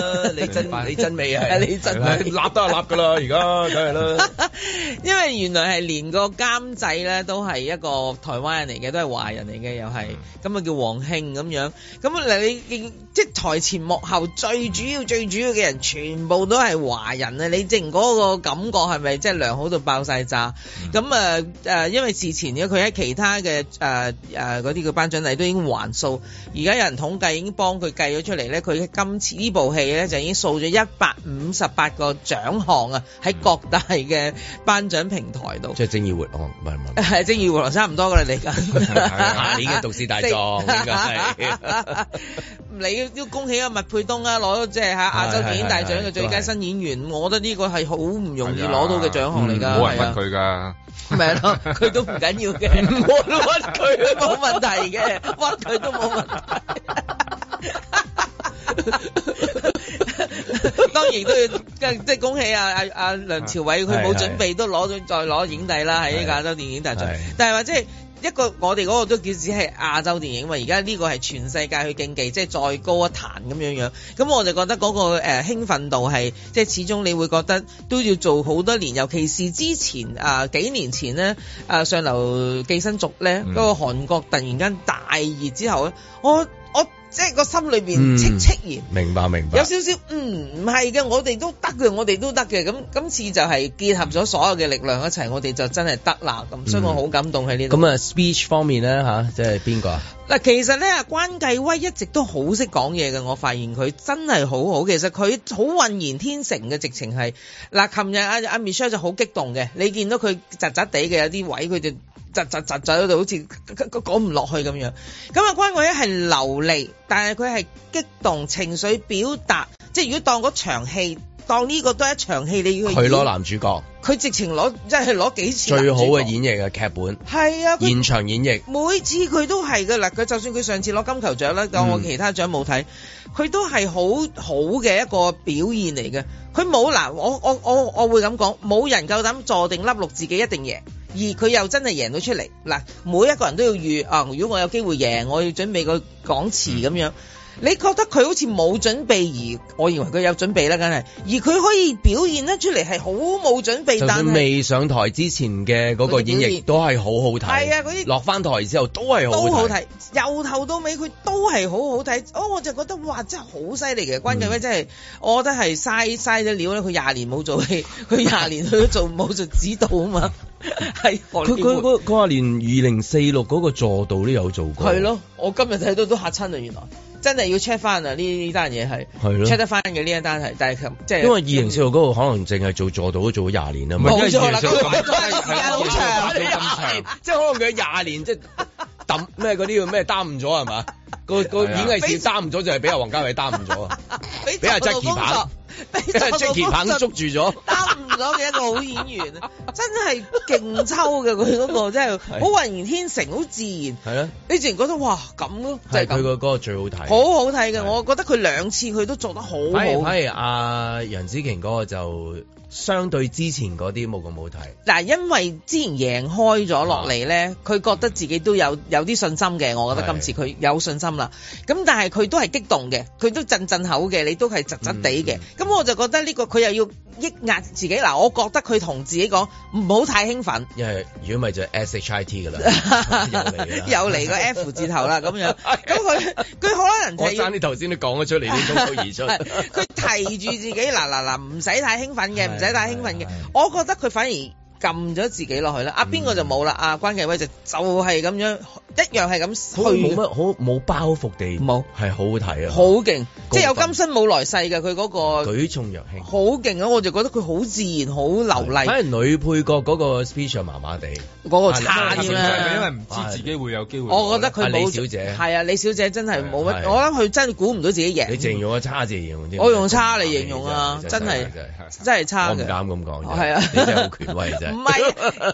S2: 李真李真啊美係，
S4: 李真美
S3: 立都係立㗎啦，而家梗係啦。
S4: 因為原來係連個監製咧都係一個台灣人嚟嘅，都係華人嚟嘅，又係咁啊叫黃興咁樣。咁啊嗱你見即係台前幕後最主要最主要嘅人，全部都係華人啊！你淨嗰個感覺係咪即係良好到爆晒炸？咁啊誒，因為事前嘅佢喺其他嘅誒誒嗰啲嘅頒獎禮都已經還數，而家有人統計已經幫佢計咗出嚟咧，佢今次呢部戲咧就已經掃咗一百五十八個獎項啊，喺各大嘅頒獎平台度。
S2: 即係正義活哦，唔係唔係，
S4: 係正義和羅差唔多噶啦，嚟緊
S2: 啊下年嘅毒舌大 狀應該係。
S4: 你都恭喜阿麥佩東啊，攞咗即係嚇亞洲電影大獎嘅最佳新演員，我覺得呢個係好唔容
S2: 啊
S4: 易攞到嘅獎項
S2: 嗯
S4: 嚟㗎，
S3: 冇人
S4: 係
S3: 屈
S4: 啊。
S3: 佢㗎。
S4: 咪 係咯，佢都唔緊要嘅，我都屈佢冇問題嘅，屈佢都冇問題。當然都要即係恭喜啊啊啊梁朝偉，佢冇準備都攞咗再攞影帝啦，啊喺呢個亞洲電影大獎
S2: 係。
S4: 但係話即係。一個我哋嗰個都叫只係亞洲電影嘛，而家呢個係全世界去競技，即係再高一壇咁樣樣。咁我就覺得嗰、個誒、呃、興奮度係即係始終你會覺得都要做好多年，尤其是之前啊、幾年前呢，啊、上流寄生族呢，
S3: 嗯
S4: 嗰、個韓國突然間大熱之後咧，我我即係個心裏邊
S2: 嗯
S4: 戚戚然。
S2: 明白明
S4: 有
S2: 白。
S4: 少少嗯唔係嘅，我哋都得嘅，我哋都得嘅。咁今次就係結合咗所有嘅力量一齊，我哋就真係得啦。咁所以我好感動喺呢度。
S2: 咁啊，speech 方面咧吓，即係邊個啊？
S4: 嗱，其實咧，關繼威一直都好識講嘢嘅，我發現佢真係好好。其實佢好渾然天成嘅，直情係嗱。琴日阿阿 Michelle 就好激動嘅，你見到佢窒窒地嘅有啲位，佢就窒窒窒窒喺度，好似講唔落去咁樣。咁啊，關繼威係流利，但係佢係激動情緒表達，即係如果當嗰場戲，當呢個都係一場戲，你要去
S2: 佢攞
S4: 演，
S2: 男主角
S4: 佢直情攞即係攞幾次
S2: 最好嘅
S4: 男主角，
S2: 演繹嘅劇本，
S4: 係啊，佢
S2: 現場演繹。
S4: 每次佢都係嘅啦，佢就算佢上次攞金球獎啦，
S2: 嗯
S4: 當我其他獎冇睇，佢都係好好嘅一個表現嚟嘅。佢冇嗱，我我我我會咁講，冇人夠膽坐定粒六自己一定贏，而佢又真係贏到出嚟。嗱，每一個人都要預啊，如果我有機會贏，我要準備個講
S2: 嗯
S4: 詞咁樣。你覺得佢好似冇準備，而我認為佢有準備啦，梗係，而佢可以表現得出嚟係好冇準備，
S2: 就
S4: 但
S2: 算
S4: 係。
S2: 未上台之前嘅嗰個演繹都係好好睇，
S4: 係啊嗰啲
S2: 落翻台之後都係好
S4: 都好
S2: 好睇，
S4: 睇，由頭到尾佢都係好好睇。哦，我就覺得哇，真係好犀利嘅關
S2: 嗯
S4: 繼威，真係我覺得係嘥嘥咗料啦。佢廿年冇做戲， 佢廿年佢都做冇做指導啊嘛， 係荷
S2: 佢
S4: 里
S2: 佢
S4: 活
S2: 佢佢話連二零四六嗰個助導都有做過，
S4: 係，咯。我今日睇到都嚇親啦，啊原來真係要 check 翻啊！呢呢單嘢係
S2: 係咯
S4: check 得翻嘅呢一單係，但係即係
S2: 因為二零四六嗰個可能淨係做助導都做咗廿年啊嘛
S4: 冇，錯啦，佢擺咗時間好
S2: 打咗。
S4: 長
S2: 廿年即係可能佢廿年即係抌咩嗰啲叫咩擔唔咗係嘛？個個
S3: 係
S2: 演
S3: 啊
S2: 藝事業擔唔咗就係俾阿黃家衞擔唔咗 啊，俾
S4: 俾
S2: 阿
S4: 阿
S2: Jackie 棒
S4: 俾
S2: 因為 Jackie 棒捉
S4: 捉
S2: 住咗。
S4: 擔唔咗嘅一個好演員，啊真係勁抽嘅佢嗰個，真係好渾然天成，好自然。
S2: 係咯，
S4: 你自然覺得哇咁咯，就
S2: 係
S4: 係
S2: 佢
S4: 咁，
S2: 個歌最好睇。
S4: 好好睇嘅。
S2: 係
S4: 我覺得佢兩次佢都做得好
S2: 反而反
S4: 好。
S2: 而阿楊紫瓊嗰個就相對之前嗰啲冇咁好睇，
S4: 嗱，因為之前贏開咗落嚟咧，佢覺得自己都有有啲信心嘅，我覺得
S2: 啊係
S4: 今次佢有信心啦。咁但係佢都係激動嘅，佢都震震口嘅，你都係窒窒地嘅。
S2: 嗯
S4: 咁、我就覺得呢個佢又要抑壓自己。嗱，我覺得佢同自己講唔好太興奮。
S2: 因為如果唔係就 S H I T 㗎啦，又嚟㗎啦，
S4: 又嚟個 F 字頭啦咁 樣，咁佢佢可能就
S2: 我
S4: 係要啊
S2: 爭啲頭先都講咗出嚟，啲空虛而出。
S4: 佢提住 自己嗱嗱嗱，唔使太興奮嘅，
S2: 係
S4: 唔使太興奮嘅
S2: 係係。嗯
S4: 我覺得佢反而撳咗自己落去啦。啊，邊個就冇啦？啊，關繼威就就係咁樣，一樣係咁
S2: 好冇
S4: 去
S2: 乜好冇包袱地，
S4: 冇
S2: 係好好睇啊！
S4: 好勁，即係有
S2: 高分
S4: 今生冇來世嘅佢嗰個
S2: 舉重若輕。
S4: 好勁啊！我就覺得佢好自然，好流
S2: 反
S4: 麗，
S2: 而女配角嗰個 speech 就麻麻地，
S4: 嗰個
S2: 啊
S4: 差
S2: 你
S4: 啲
S2: 咪
S3: 係咪因為
S4: 啦。
S3: 唔知自己會有機會攞咧？
S4: 我覺得
S2: 阿
S4: 佢
S2: 李
S4: 冇
S2: 小姐
S4: 係啊，李小姐真係冇
S2: 係
S4: 乜，我諗佢真係估唔到自己
S2: 你
S4: 贏，
S2: 淨用個差字形容添。
S4: 我用差嚟形容啊真
S2: 真係
S4: 真係差
S2: 我唔
S4: 嘅。
S2: 敢咁講，
S4: 係啊 嗯
S2: 你真係好權威真係。
S4: 唔係，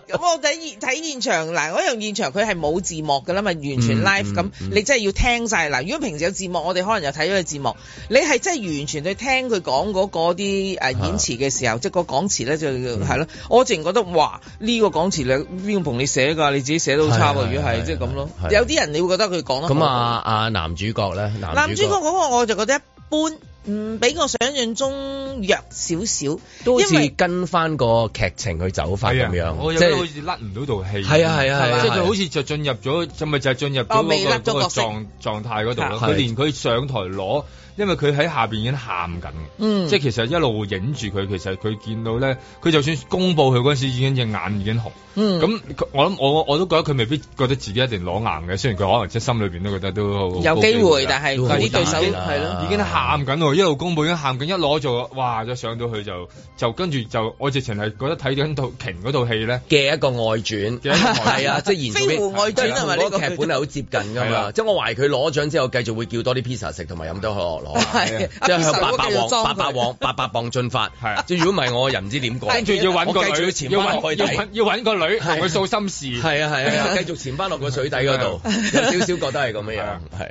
S4: 咁我睇現睇現場嗱，嗰樣現場佢係冇字幕㗎啦嘛，完全
S2: 嗯
S4: live 咁、
S2: 嗯嗯
S4: 你真係要聽晒嗱。如果平時有字幕，我哋可能又睇咗佢字幕，你係真係完全去聽佢講嗰嗰啲誒演詞嘅
S2: 啊
S4: 時候，即係個講詞咧就
S2: 嗯
S4: 係咯。我淨覺得哇，呢、個講詞你邊個同你寫㗎？你自己寫都好差
S2: 係
S4: 喎。
S2: 係
S4: 如果係
S2: 係
S4: 即係咁咯
S2: 係，
S4: 有啲人你會覺得佢講得好
S2: 咁啊啊男主角咧，
S4: 男
S2: 男
S4: 主角嗰個我就覺得一般，唔比我想象中弱少少，
S2: 都好
S4: 因
S2: 似
S4: 為
S2: 跟翻個劇情去走法咁
S3: 啊我
S2: 樣，即
S3: 有覺得好
S2: 係
S3: 似甩唔到套戲。
S2: 係啊係啊
S3: 係
S2: 係啊
S3: 嘛即係
S2: 係啊
S3: 佢好似就進入咗，就咪就係進入
S4: 哦
S3: 咗
S4: 未甩
S3: 嗰
S4: 咗
S3: 個嗰個
S4: 角色
S3: 狀狀態嗰度
S2: 係
S3: 咯。佢連佢上台攞，因為佢喺下邊已經喊緊嘅。
S4: 嗯，
S3: 即係其實一路影住佢，其實佢見到咧，佢就算公佈佢嗰陣時已經隻眼已經紅。
S4: 嗯
S3: 咁佢我諗我我都覺得佢未必覺得自己一定攞硬嘅，雖然佢可能即係心裏邊都覺得都好好
S4: 有
S3: 高
S4: 機會，但
S3: 啦
S4: 係
S2: 都好
S4: 佢啲對手
S2: 大啦
S4: 係咯。
S3: 已經喊緊喎，一路公佈已經喊緊，一攞就哇！一上到去就就跟住就我直情係覺得睇緊套瓊嗰套戲咧。
S2: 嘅一個外傳，
S3: 嘅一個外 傳
S2: 係啊，即係延續
S4: 飛狐外傳啊
S2: 同
S4: 嘛
S2: 嗰個
S4: 呢個
S2: 劇本係好接近㗎
S3: 係
S2: 嘛，
S3: 啊
S2: 即係我懷疑佢攞獎之後繼續會叫多啲 pizza 食同埋飲多可樂攞啊，
S4: 係
S2: 即係
S4: 阿
S2: 向八
S4: Pizza 嗰個
S2: 百
S4: 繼續
S2: 王
S4: 裝
S2: 八
S4: 佢
S2: 百王八百磅進發
S3: 係啊，
S2: 即係如果唔係我又唔知點
S4: 跟
S2: 講
S3: 跟。住要揾個
S2: 我繼續
S3: 女，
S2: 要潛返
S3: 要
S2: 落
S3: 揾
S2: 去底
S3: 要揾要揾個女同佢訴心事。哎
S2: 係啊係 啊，繼續潛翻落個水底嗰度，有少少覺得係咁樣
S3: 啊係
S2: 樣
S3: 啊，
S2: 係。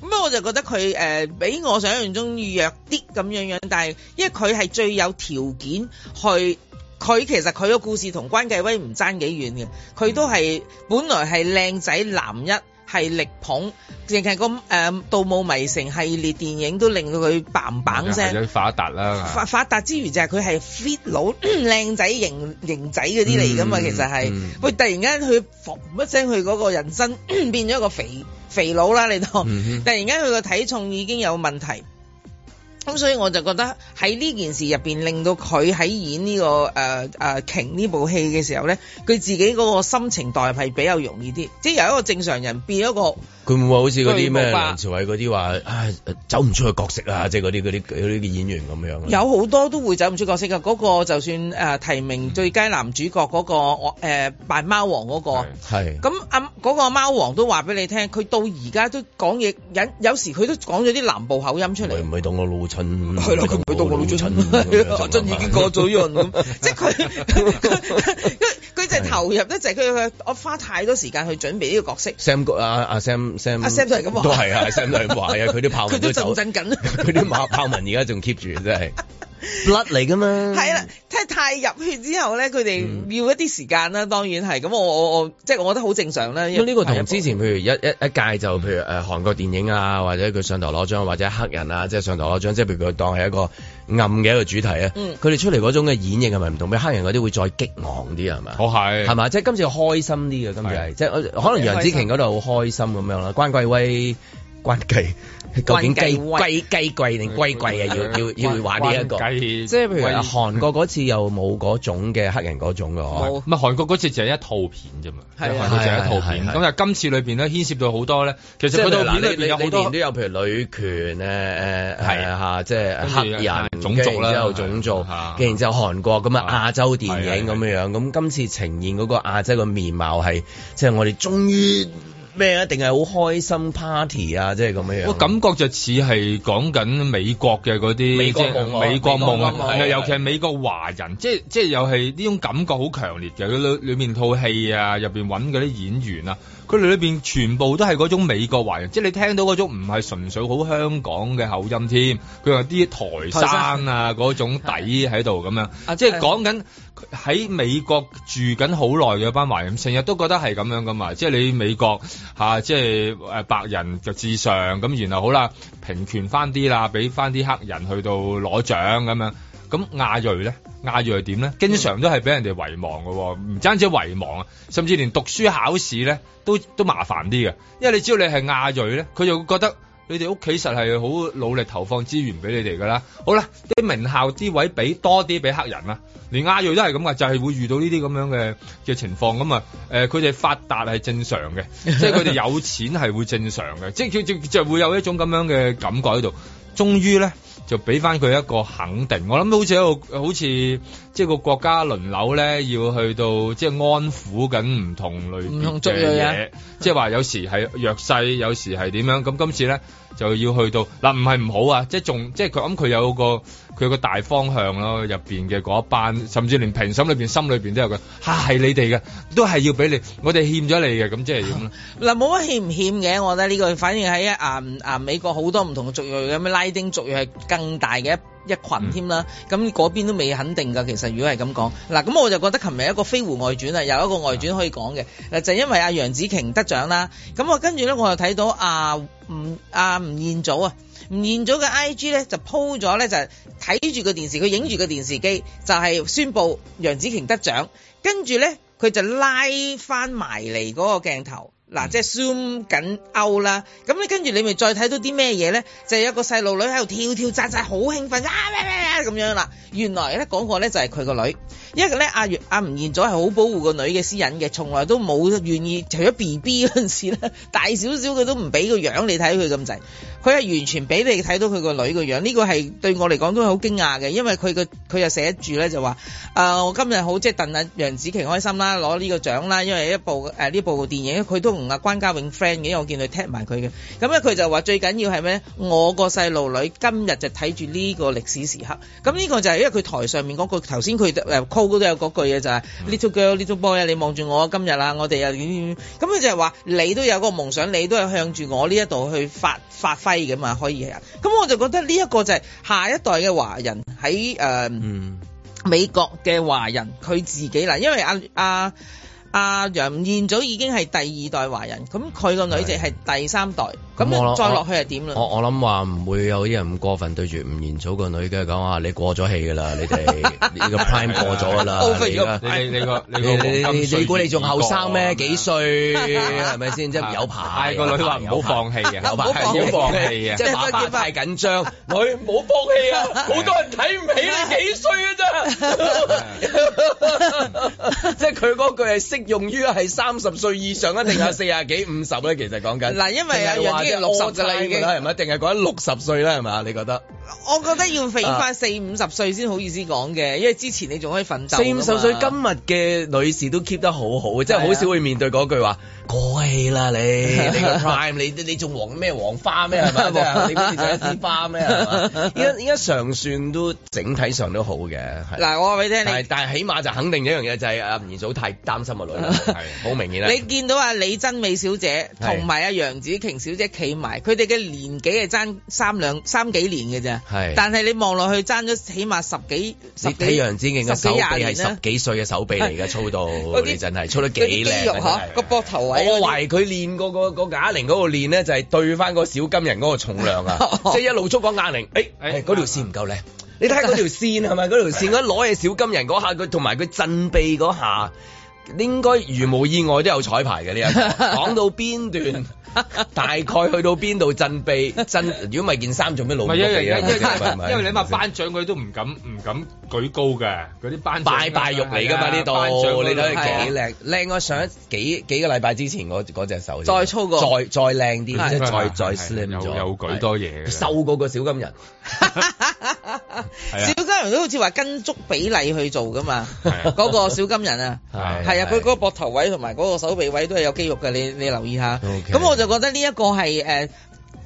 S4: 咁我就覺得佢誒、呃比我想象中弱啲咁樣樣，但係因為佢係最有條件去。佢其實佢個故事同關繼威唔爭幾遠嘅，佢都係本來係靚仔男一，係力捧，淨係個誒《盜墓迷城》系列電影都令到佢砰砰聲。
S3: 係啊發達啦。
S4: 發發達之餘就係佢係 fit 佬 靚仔型型仔嗰啲嚟噶嘛，
S2: 嗯
S4: 其實係
S2: 嗯
S4: 喂突然間佢嘣一聲，佢嗰個人生 變咗一個肥肥佬啦，你當、
S2: 嗯哼
S4: 突然間佢個體重已經有問題。咁所以我就覺得喺呢件事入邊，令到佢喺演呢、個誒誒瓊呢部戲嘅時候咧，佢自己嗰個心情代入係比較容易啲，即係由一個正常人變一個
S2: 佢會唔會好似嗰啲咩
S4: 佢冇吧
S2: 梁朝偉嗰啲話，唉走唔出去角色啊，即係嗰啲嗰啲嗰啲演員咁樣啊。
S4: 有好多都會走唔出角色㗎，嗰、個就算誒、呃提名最佳男主角嗰、個我誒扮貓王嗰、個。
S2: 係
S4: 咁阿嗰個貓王都話俾你聽，佢到而家都講嘢，有有時佢都講咗啲南部口音出
S2: 佢
S4: 嚟
S2: 唔。係當我老襯，
S4: 係咯，佢唔會到我老 準，阿俊已經過咗潤 咁，即係佢佢佢就係投入得滯，佢佢我花太多時間去準備呢個角色，
S2: Sam 哥啊啊 Sam Sam
S4: 阿 Sam 都係咁話
S2: 都係啊 Sam 都係咁 話啊，佢啲炮
S4: 佢
S2: 文
S4: 都
S2: 走
S4: 震，震 緊。
S2: 佢啲 馬炮文而家仲 keep 住真係 blood 嚟噶嘛，
S4: 係啦，即係太入血之後咧，佢哋
S2: 嗯
S4: 要一啲時間啦，當然係咁。我我我即係我覺得好正常啦。因
S2: 咁
S4: 為
S2: 呢個同之前譬如一一一屆就譬如誒韓國電影啊，或者佢上台攞獎，或者黑人啊，即係上台攞獎，即係譬如佢當係一個暗嘅一個主題啊。
S4: 嗯
S2: 佢哋出嚟嗰種嘅演繹係咪唔同？譬如黑人嗰啲會再激昂啲係嘛？
S3: 我係
S2: 係嘛？即係今次開心啲嘅，今次係即係呃可能楊紫瓊嗰度好開心咁樣啦。關貴威關繼究竟雞
S4: 關繼威
S2: 雞雞貴定龜貴啊？要要要玩呢一個，
S3: 關雞
S2: 即係譬如
S3: 龜
S2: 韓國嗰次又冇嗰種嘅黑人嗰種嘅嗬。
S4: 冇
S3: 哦唔係韓國嗰次就係一套片啫嘛，
S4: 係啊
S3: 韓國就係一套
S2: 係係係
S3: 片。咁但係今次裏邊咧牽涉到好多咧，其
S2: 即
S3: 實
S2: 係譬
S3: 嗰
S2: 如
S3: 套
S2: 嗱
S3: 片
S2: 你
S3: 裏邊有
S2: 你
S3: 好
S2: 你年
S3: 多
S2: 都有譬如女權誒誒係
S3: 係
S2: 嚇，即係黑人
S3: 跟住係種族
S2: 跟
S3: 啦
S2: 然之後種族
S3: 係，
S2: 跟然之後韓國咁啊亞
S3: 係
S2: 洲電影咁樣樣，咁今次呈現嗰個亞洲嘅面貌係即係我哋終於咩啊？定係好開心 party 啊？即係咁樣樣。
S3: 我感覺就似係講緊美國嘅嗰啲
S2: 美國
S3: 即係
S2: 夢啊
S3: 美國夢
S2: 美國夢啊
S3: 啊，尤其係美國華人，即係即係又係呢種感覺好強烈嘅。佢裏裏面套戲啊，入邊揾嗰啲演員啊，佢哋裏邊全部都係嗰種美國華人，即係你聽到嗰種唔係純粹好香港嘅口音添，佢有啲台山啊嗰種底喺度咁
S2: 啊
S3: 樣，即係講緊喺美國住緊好耐嘅班華人，成日都覺得係咁樣噶嘛，即係你美國。嚇、即係誒白人就至上咁，然後好啦，平權翻啲啦，俾翻啲黑人去到攞獎咁樣。咁亞裔咧，亞裔係點咧？經常都係俾人哋遺忘嘅喎、唔單止遺忘啊，甚至連讀書考試咧都都麻煩啲嘅，因為你只要你係亞裔咧，佢就會覺得。你哋屋企實係好努力投放資源俾你哋㗎啦，好啦，啲名校啲位俾多啲俾黑人啦，連亞呃裔都係咁㗎，就係、會遇到呢啲咁樣嘅嘅情況咁啊，誒佢哋發達係正常 嘅，即係佢哋有錢係會正常嘅，即係佢就就會有一種咁樣嘅感覺喺度。終於咧就俾翻佢一個肯定，我諗好似一個好似即係個國家輪流咧，要去到即係安撫緊唔同類
S4: 唔同
S3: 別
S4: 族
S3: 嘅
S4: 裔啊
S3: 嘢，即係話有時係弱勢，有時係點樣。咁今次咧就要去到嗱，唔係唔好啊，即係仲即係佢咁佢有個 佢有個大方向咯，入邊嘅嗰一班，甚至連評審裏邊心裏邊都有個嚇係你哋嘅，都係要俾你，我哋欠咗你嘅，咁即係點咧？
S4: 嗱，冇乜欠唔欠嘅，我覺得呢個反而喺啊啊美國好多唔同嘅族裔嘅，咩拉丁族裔係更大嘅一一群添啦。咁嗰、邊都未肯定㗎，其實如果係咁講，嗱咁我就覺得琴日一個飛狐外傳啊，有一個外傳可以講嘅，嗱就因為阿楊紫瓊得獎啦。咁我跟住咧我又睇到啊吳啊吳彥祖啊。吳彥祖嘅 I G 咧就 po 咗咧就係睇住個電視，佢影住個電視機就係、宣布楊紫瓊得獎，跟住咧佢就拉翻埋嚟嗰個鏡頭。嗱，即係 zoom 緊 out 啦，咁你跟住你咪再睇到啲咩嘢咧？就有一個細路女喺度跳跳扎扎，好興奮啊咩咩咩咁樣啦。原來咧講過咧就係佢個女，因為咧阿袁阿吳彥祖係好保護個女嘅私隱嘅，從來都冇願意除咗 B B 嗰陣時咧，大少少佢都唔俾個樣你睇佢咁滯。佢係完全俾你睇到佢個女個樣，呢個係對我嚟講都係好驚訝嘅，因為佢個佢又寫住咧就話，誒、啊我今日好即係鄧阿楊紫瓊開心啦，攞呢個獎啦，因為一部誒呃呢、部電影佢都同阿關家永 friend 嘅，因為我見佢踢埋佢嘅，咁咧佢就話最緊要係咩咧？我個細路女今日就睇住呢個歷史時刻，咁呢個就係因為佢台上面嗰、個頭先佢誒 call 都有嗰句啊嘅就係、little girl little boy 你望住我今日啊，我哋又點點點咁佢就係話你都有個夢想，你都係向住我呢一度去發發揮嘅嘛，可以係。啊咁我就覺得呢一個就係下一代嘅華人喺誒。呃
S2: 嗯，
S4: 美國嘅華人佢自己啦，因為阿阿阿楊彥祖已經係第二代華人，咁佢個女就係第三代，咁
S2: 咁我諗
S4: 再落去係點啊啦？
S2: 我我諗話唔會有啲人咁過分對住吳彥祖個女嘅講話，你過咗氣㗎啦，你哋呢個 prime 過咗㗎啦，
S4: Over
S2: 你而家
S3: 你你你個你
S2: 你
S3: 個
S2: 你
S3: 黃金
S2: 你
S3: 歲
S2: 你估你仲後生咩？
S3: 已過
S2: 幾歲係咪 先？即係有排。啊
S3: 嗌個女話唔好放棄 嘅，
S4: 唔好放棄
S3: 唔好放棄
S2: 即
S3: 嘅。
S2: 係爸爸太緊張，女唔好 放棄啊！好多人睇唔起你幾歲啊！咋？ 即係佢嗰句係適用於係三十歲以上，一定 有四廿幾五十咧。其實講緊
S4: 嗱因為啊
S2: 定係話
S4: 楊紫
S2: 即係 all time
S4: 瓊60㗎啦已經
S2: 㗎啦係咪？定係講緊六十歲啦係咪？啊你覺得
S4: 我覺得要肥
S2: 啊
S4: 翻四五十歲先好意思講嘅，因為之前你仲可以奮鬥㗎
S2: 四
S4: 嘛。啊
S2: 五十歲今日嘅女士都 keep 得好好，即係好少會面對嗰句話 過氣啦 你，你個 prime 你你仲黃咩黃花咩係 咪？即係你嗰啲就一枝花咩係咪？依家依家尚算都整體上都好嘅，係。
S4: 嗱，我話俾你聽，
S2: 但係
S4: 你
S2: 但係起碼就肯定一樣嘢就係阿吳彥祖太擔心個女 啦，係好明顯啦。
S4: 你見到阿李珍美小姐同埋阿楊紫瓊小姐企埋，佢哋嘅年紀係爭三兩三幾年嘅啫。
S2: 係
S4: 但係你望落去爭咗起碼十幾十
S2: 你
S4: 幾
S2: 睇楊紫瓊嘅
S4: 十幾
S2: 手臂
S4: 廿
S2: 係
S4: 年啦
S2: 十幾歲嘅手臂嚟嘅粗 到，
S4: 啲
S2: 哦你真係粗得幾
S4: 嗰哦啲
S2: 靚
S4: 肌
S2: 啊
S4: 肉
S2: 真
S4: 嚇
S2: 係
S4: 個膊頭位嗰
S2: 我
S4: 啲，
S2: 懷疑佢練嗰個個啞鈴嗰度練咧，就係對翻個小金人嗰個重量 啊即係一路捉講啞鈴，誒
S3: 誒
S2: 誒嗰條線唔
S3: 啊
S2: 夠靚。你睇下嗰條線係咪嗰條線？一攞起小金人嗰下，佢同埋佢震臂嗰下，應該如無意外都有彩排嘅呢 一個。講到邊段，大概去到邊度震臂震？如果唔係件衫做咩
S3: 唔
S2: 露
S3: 係
S2: 咗
S3: 因為
S2: 地
S3: 因為
S2: 啊？
S3: 因為你 諗下頒獎佢都唔敢唔敢舉高嘅，嗰啲頒獎
S2: 拜拜肉嚟㗎嘛呢
S3: 頒獎嗰
S2: 度，
S3: 個
S2: 你睇
S4: 係
S2: 佢幾 靚，靚過上一幾幾個禮拜之前嗰嗰隻手，
S4: 再粗過
S2: 再再靚啲，即 係
S4: 係
S2: 再再
S3: 係
S2: slim
S3: 有
S2: 咗，
S3: 有舉多嘢嘅
S2: 係瘦過個小金人，
S3: 啊
S4: 小金人都好似話跟足比例去做噶嘛，
S3: 係啊
S4: 嗰個小金人啊，
S3: 係
S4: 係啊，佢嗰個膊頭位同埋嗰個手臂位都係有肌肉嘅，你你留意下。
S2: OK
S4: 咁我就覺得呢一個係誒。呃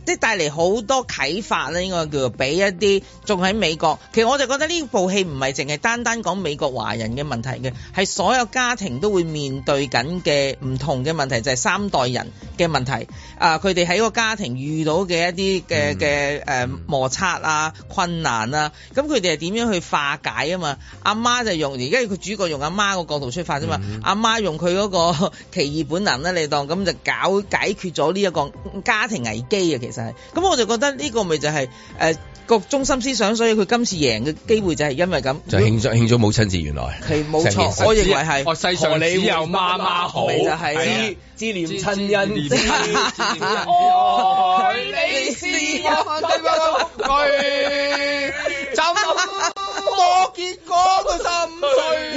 S4: 即係帶嚟好多啟發啦，應該叫做俾一啲仲喺美國。其實我就覺得呢部戲唔係淨係單單講美國華人嘅問題嘅，係所有家庭都會面對緊嘅唔同嘅問題，就係、三代人嘅問題。啊、佢哋喺個家庭遇到嘅一啲嘅嘅誒摩擦啊、困難啊，咁佢哋係點樣去化解啊嘛？阿媽就用而家佢主角用阿媽個角度出發啫嘛，阿媽用佢嗰個 奇異本能咧，你當咁就搞解決咗呢一個家庭危機啊，其實係，咁我就覺得呢個咪就係、誒、個中心思想，所以佢今次贏嘅機會就係因為咁。
S2: 就慶祝慶祝母親節原來。
S4: 佢冇
S2: 成件事
S4: 錯，我認為係。
S3: 我世上只有媽媽好，
S4: 咪 就係
S3: 係啊
S4: 咯
S2: 知念
S3: 知
S2: 親恩，
S3: 知
S2: 知
S3: 知
S2: 知念
S3: 愛
S2: 愛你是我
S3: 對不對？就咁冇結果到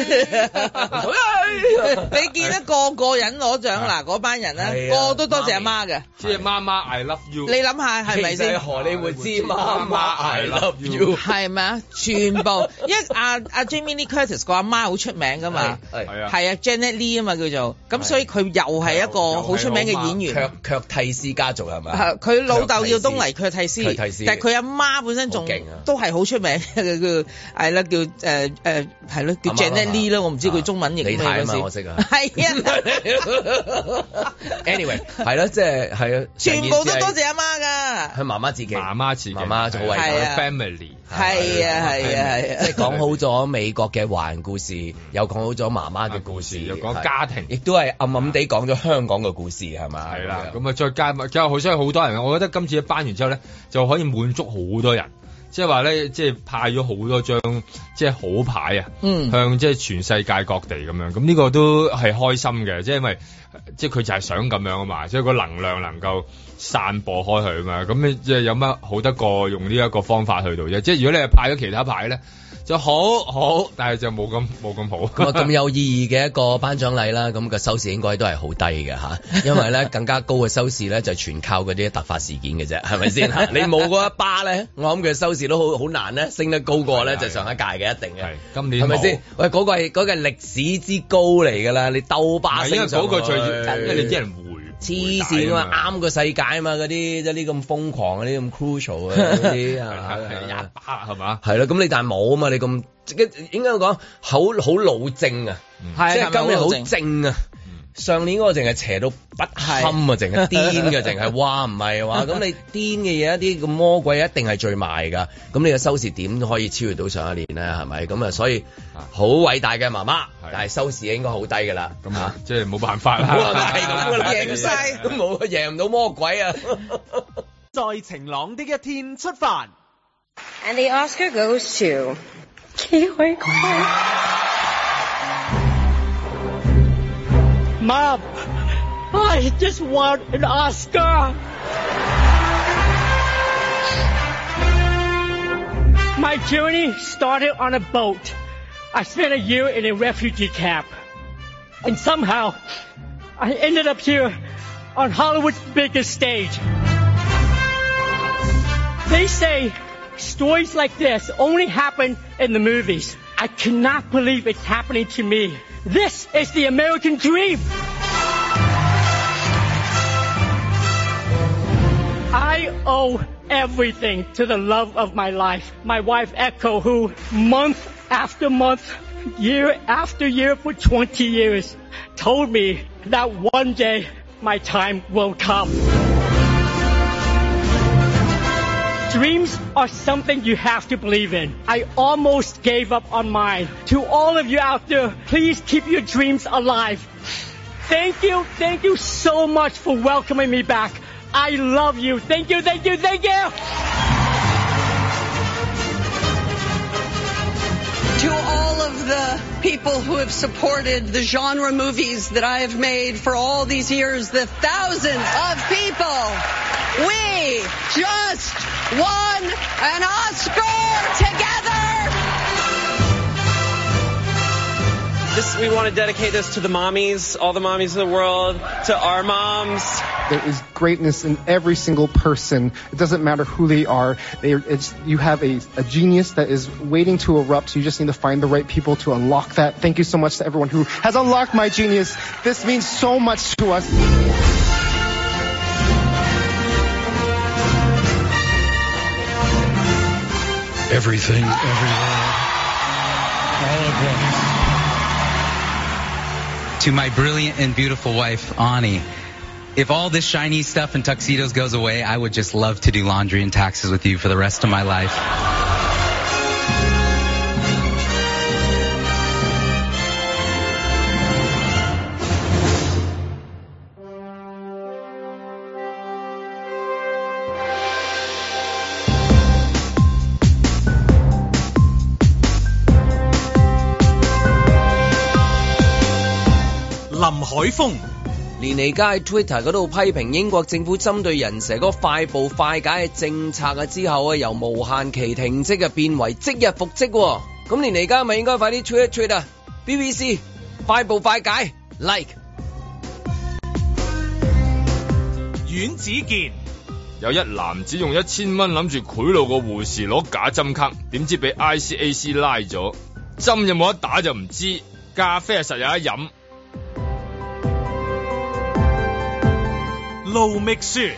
S3: 心碎。
S4: 你見得個個人攞獎嗱，嗰班人咧，
S2: 係啊
S4: 個都多謝阿媽嘅。
S3: 即係媽媽 I love you。
S4: 你諗下係咪
S2: 其實
S4: 先？
S2: 荷里活之 媽媽 I love you。
S4: 係咪啊？全部，因為阿阿 Jamie Lee Curtis 個阿媽好出名噶嘛，
S2: 係
S3: 係啊，
S4: 係啊 Janet Lee 啊嘛叫做，咁
S2: 係
S4: 所以佢又係一個
S3: 又
S4: 好出名嘅演 員。
S2: 卻卻替斯家族係咪啊？
S4: 係佢老豆叫東尼卻蒂斯，
S2: 卻蒂斯
S4: 但係佢阿媽本身仲
S2: 好勁啊
S4: 都係好出名嘅，叫係啦，叫誒誒係咯，叫
S2: 阿媽
S4: Janet Lee 啦，我唔知佢
S2: 啊
S4: 中文譯
S2: 你
S4: 咩
S2: 太啊
S4: 嗰
S2: 嘛
S4: 時。
S2: 我識啊
S4: 係啊
S2: anyway 係咯，即係係啊，
S4: 全部都多
S2: 成件事
S4: 謝阿媽㗎
S2: 係。佢媽媽自己，
S3: 媽媽自己，
S2: 媽媽就好偉
S4: 係
S2: 大
S4: 啊。
S3: family。
S4: 係啊係啊係啊
S2: 即係講好咗美國嘅華人故事，又講好咗媽媽嘅故事，
S3: 又講家庭
S2: 亦都係暗暗地講咗香港嘅故事係嘛？
S3: 係啦，咁啊再加埋，加好，所以好多人，我覺得今次一班完之後咧，就可以滿足好多人，即係話咧，即係派咗好多張即係好牌啊，
S4: 嗯
S3: 向即係全世界各地咁樣，咁呢個都係開心嘅，即係因為即係佢就係想咁樣啊嘛，即係個能量能夠散播開去啊嘛，咁你即係有乜好得過用呢一個方法去到啫？即係如果你係派咗其他牌咧，就好好，但係就冇咁冇咁
S2: 咁啊
S3: 好。
S2: 咁有意義嘅一個頒獎禮啦，咁個收視應該都係好低嘅 嚇，因為咧更加高嘅收視咧就全靠嗰啲突發事件嘅啫，係咪 先嚇？你冇嗰一巴咧，我諗佢收視都好好難咧升得高過咧
S3: 係
S2: 就上一屆嘅一定嘅
S3: 係，今年
S2: 係咪
S3: 冇
S2: 先？喂，嗰個係嗰個係歷史之高嚟㗎啦，你鬥巴升
S3: 係因為嗰個最，因為你啲
S2: 人。
S3: 人回
S2: 黐線啊
S3: 回帶
S2: 嘛，啱個世界啊嘛，嗰啲即係呢咁瘋狂嗰啲咁 crucial 啊嗰 啲
S3: 係
S2: 啊
S3: 係係
S2: 係
S3: 一
S2: 啊，
S3: 巴係嘛？
S2: 係啦，咁你但係冇啊嘛，你咁即係應該講好好老正啊，即
S4: 係啊
S2: 係今日好
S4: 正
S2: 正啊。上年嗰個淨係邪到不堪啊，淨係癲嘅，淨係哇唔係 話咁你癲嘅嘢一啲咁魔鬼一定係最賣㗎，咁你嘅收視點可以超越到上一年咧，係咪？咁啊，所以好偉大嘅媽媽
S3: 係，
S2: 但係收視應該好低㗎啦，
S3: 咁
S2: 嚇
S3: 啊，即係冇辦法啦，
S2: 冇啊，係 咁噶 啦，
S4: 贏晒
S2: 都冇啊，贏唔到魔鬼啊！
S5: 在晴朗的一天出發。
S6: And the Oscar goes to.
S9: 20 years told me that one day my time will come. Dreams are something you have to believe in. I almost gave up on mine. To all of you out there, please keep your dreams alive. Thank you, thank you so much for welcoming me back. I love you. Thank you, thank you, thank you.
S7: To all of the people who have supported the genre movies that I have made for all these years, the thousands of people, we just won an Oscar together!
S10: This, we want to dedicate this to the mommies, all the mommies in the world, to our moms.
S9: There is greatness in every single person. It doesn't matter who they are. They, it's, you have a, a genius that is waiting to erupt. You just need to find the right people to unlock that. Thank you so much to everyone who has unlocked my genius. This means so much to us.
S11: Everything, everywhere, all at once. To my brilliant and beautiful wife, Ani. If all this shiny stuff and tuxedos goes away, I would just love to do laundry and taxes with you for the rest of my life.
S1: 林海峰、
S2: 連尼加喺 Twitter 嗰度批評英國政府針對人蛇嗰個快步快解嘅政策啊，之後啊由無限期停職啊變為即日復職喎。咁連尼加咪應該快啲 tweet 一 tweet 啊！ BBC 快步快解 like。
S1: 阮子健、
S3: 有一男子用一千蚊諗住賄賂個護士攞假針卡，點知俾 ICAC 拉咗，針有冇得打就唔知，咖啡啊係實有得
S2: 啊
S3: 飲。
S1: 路觅雪。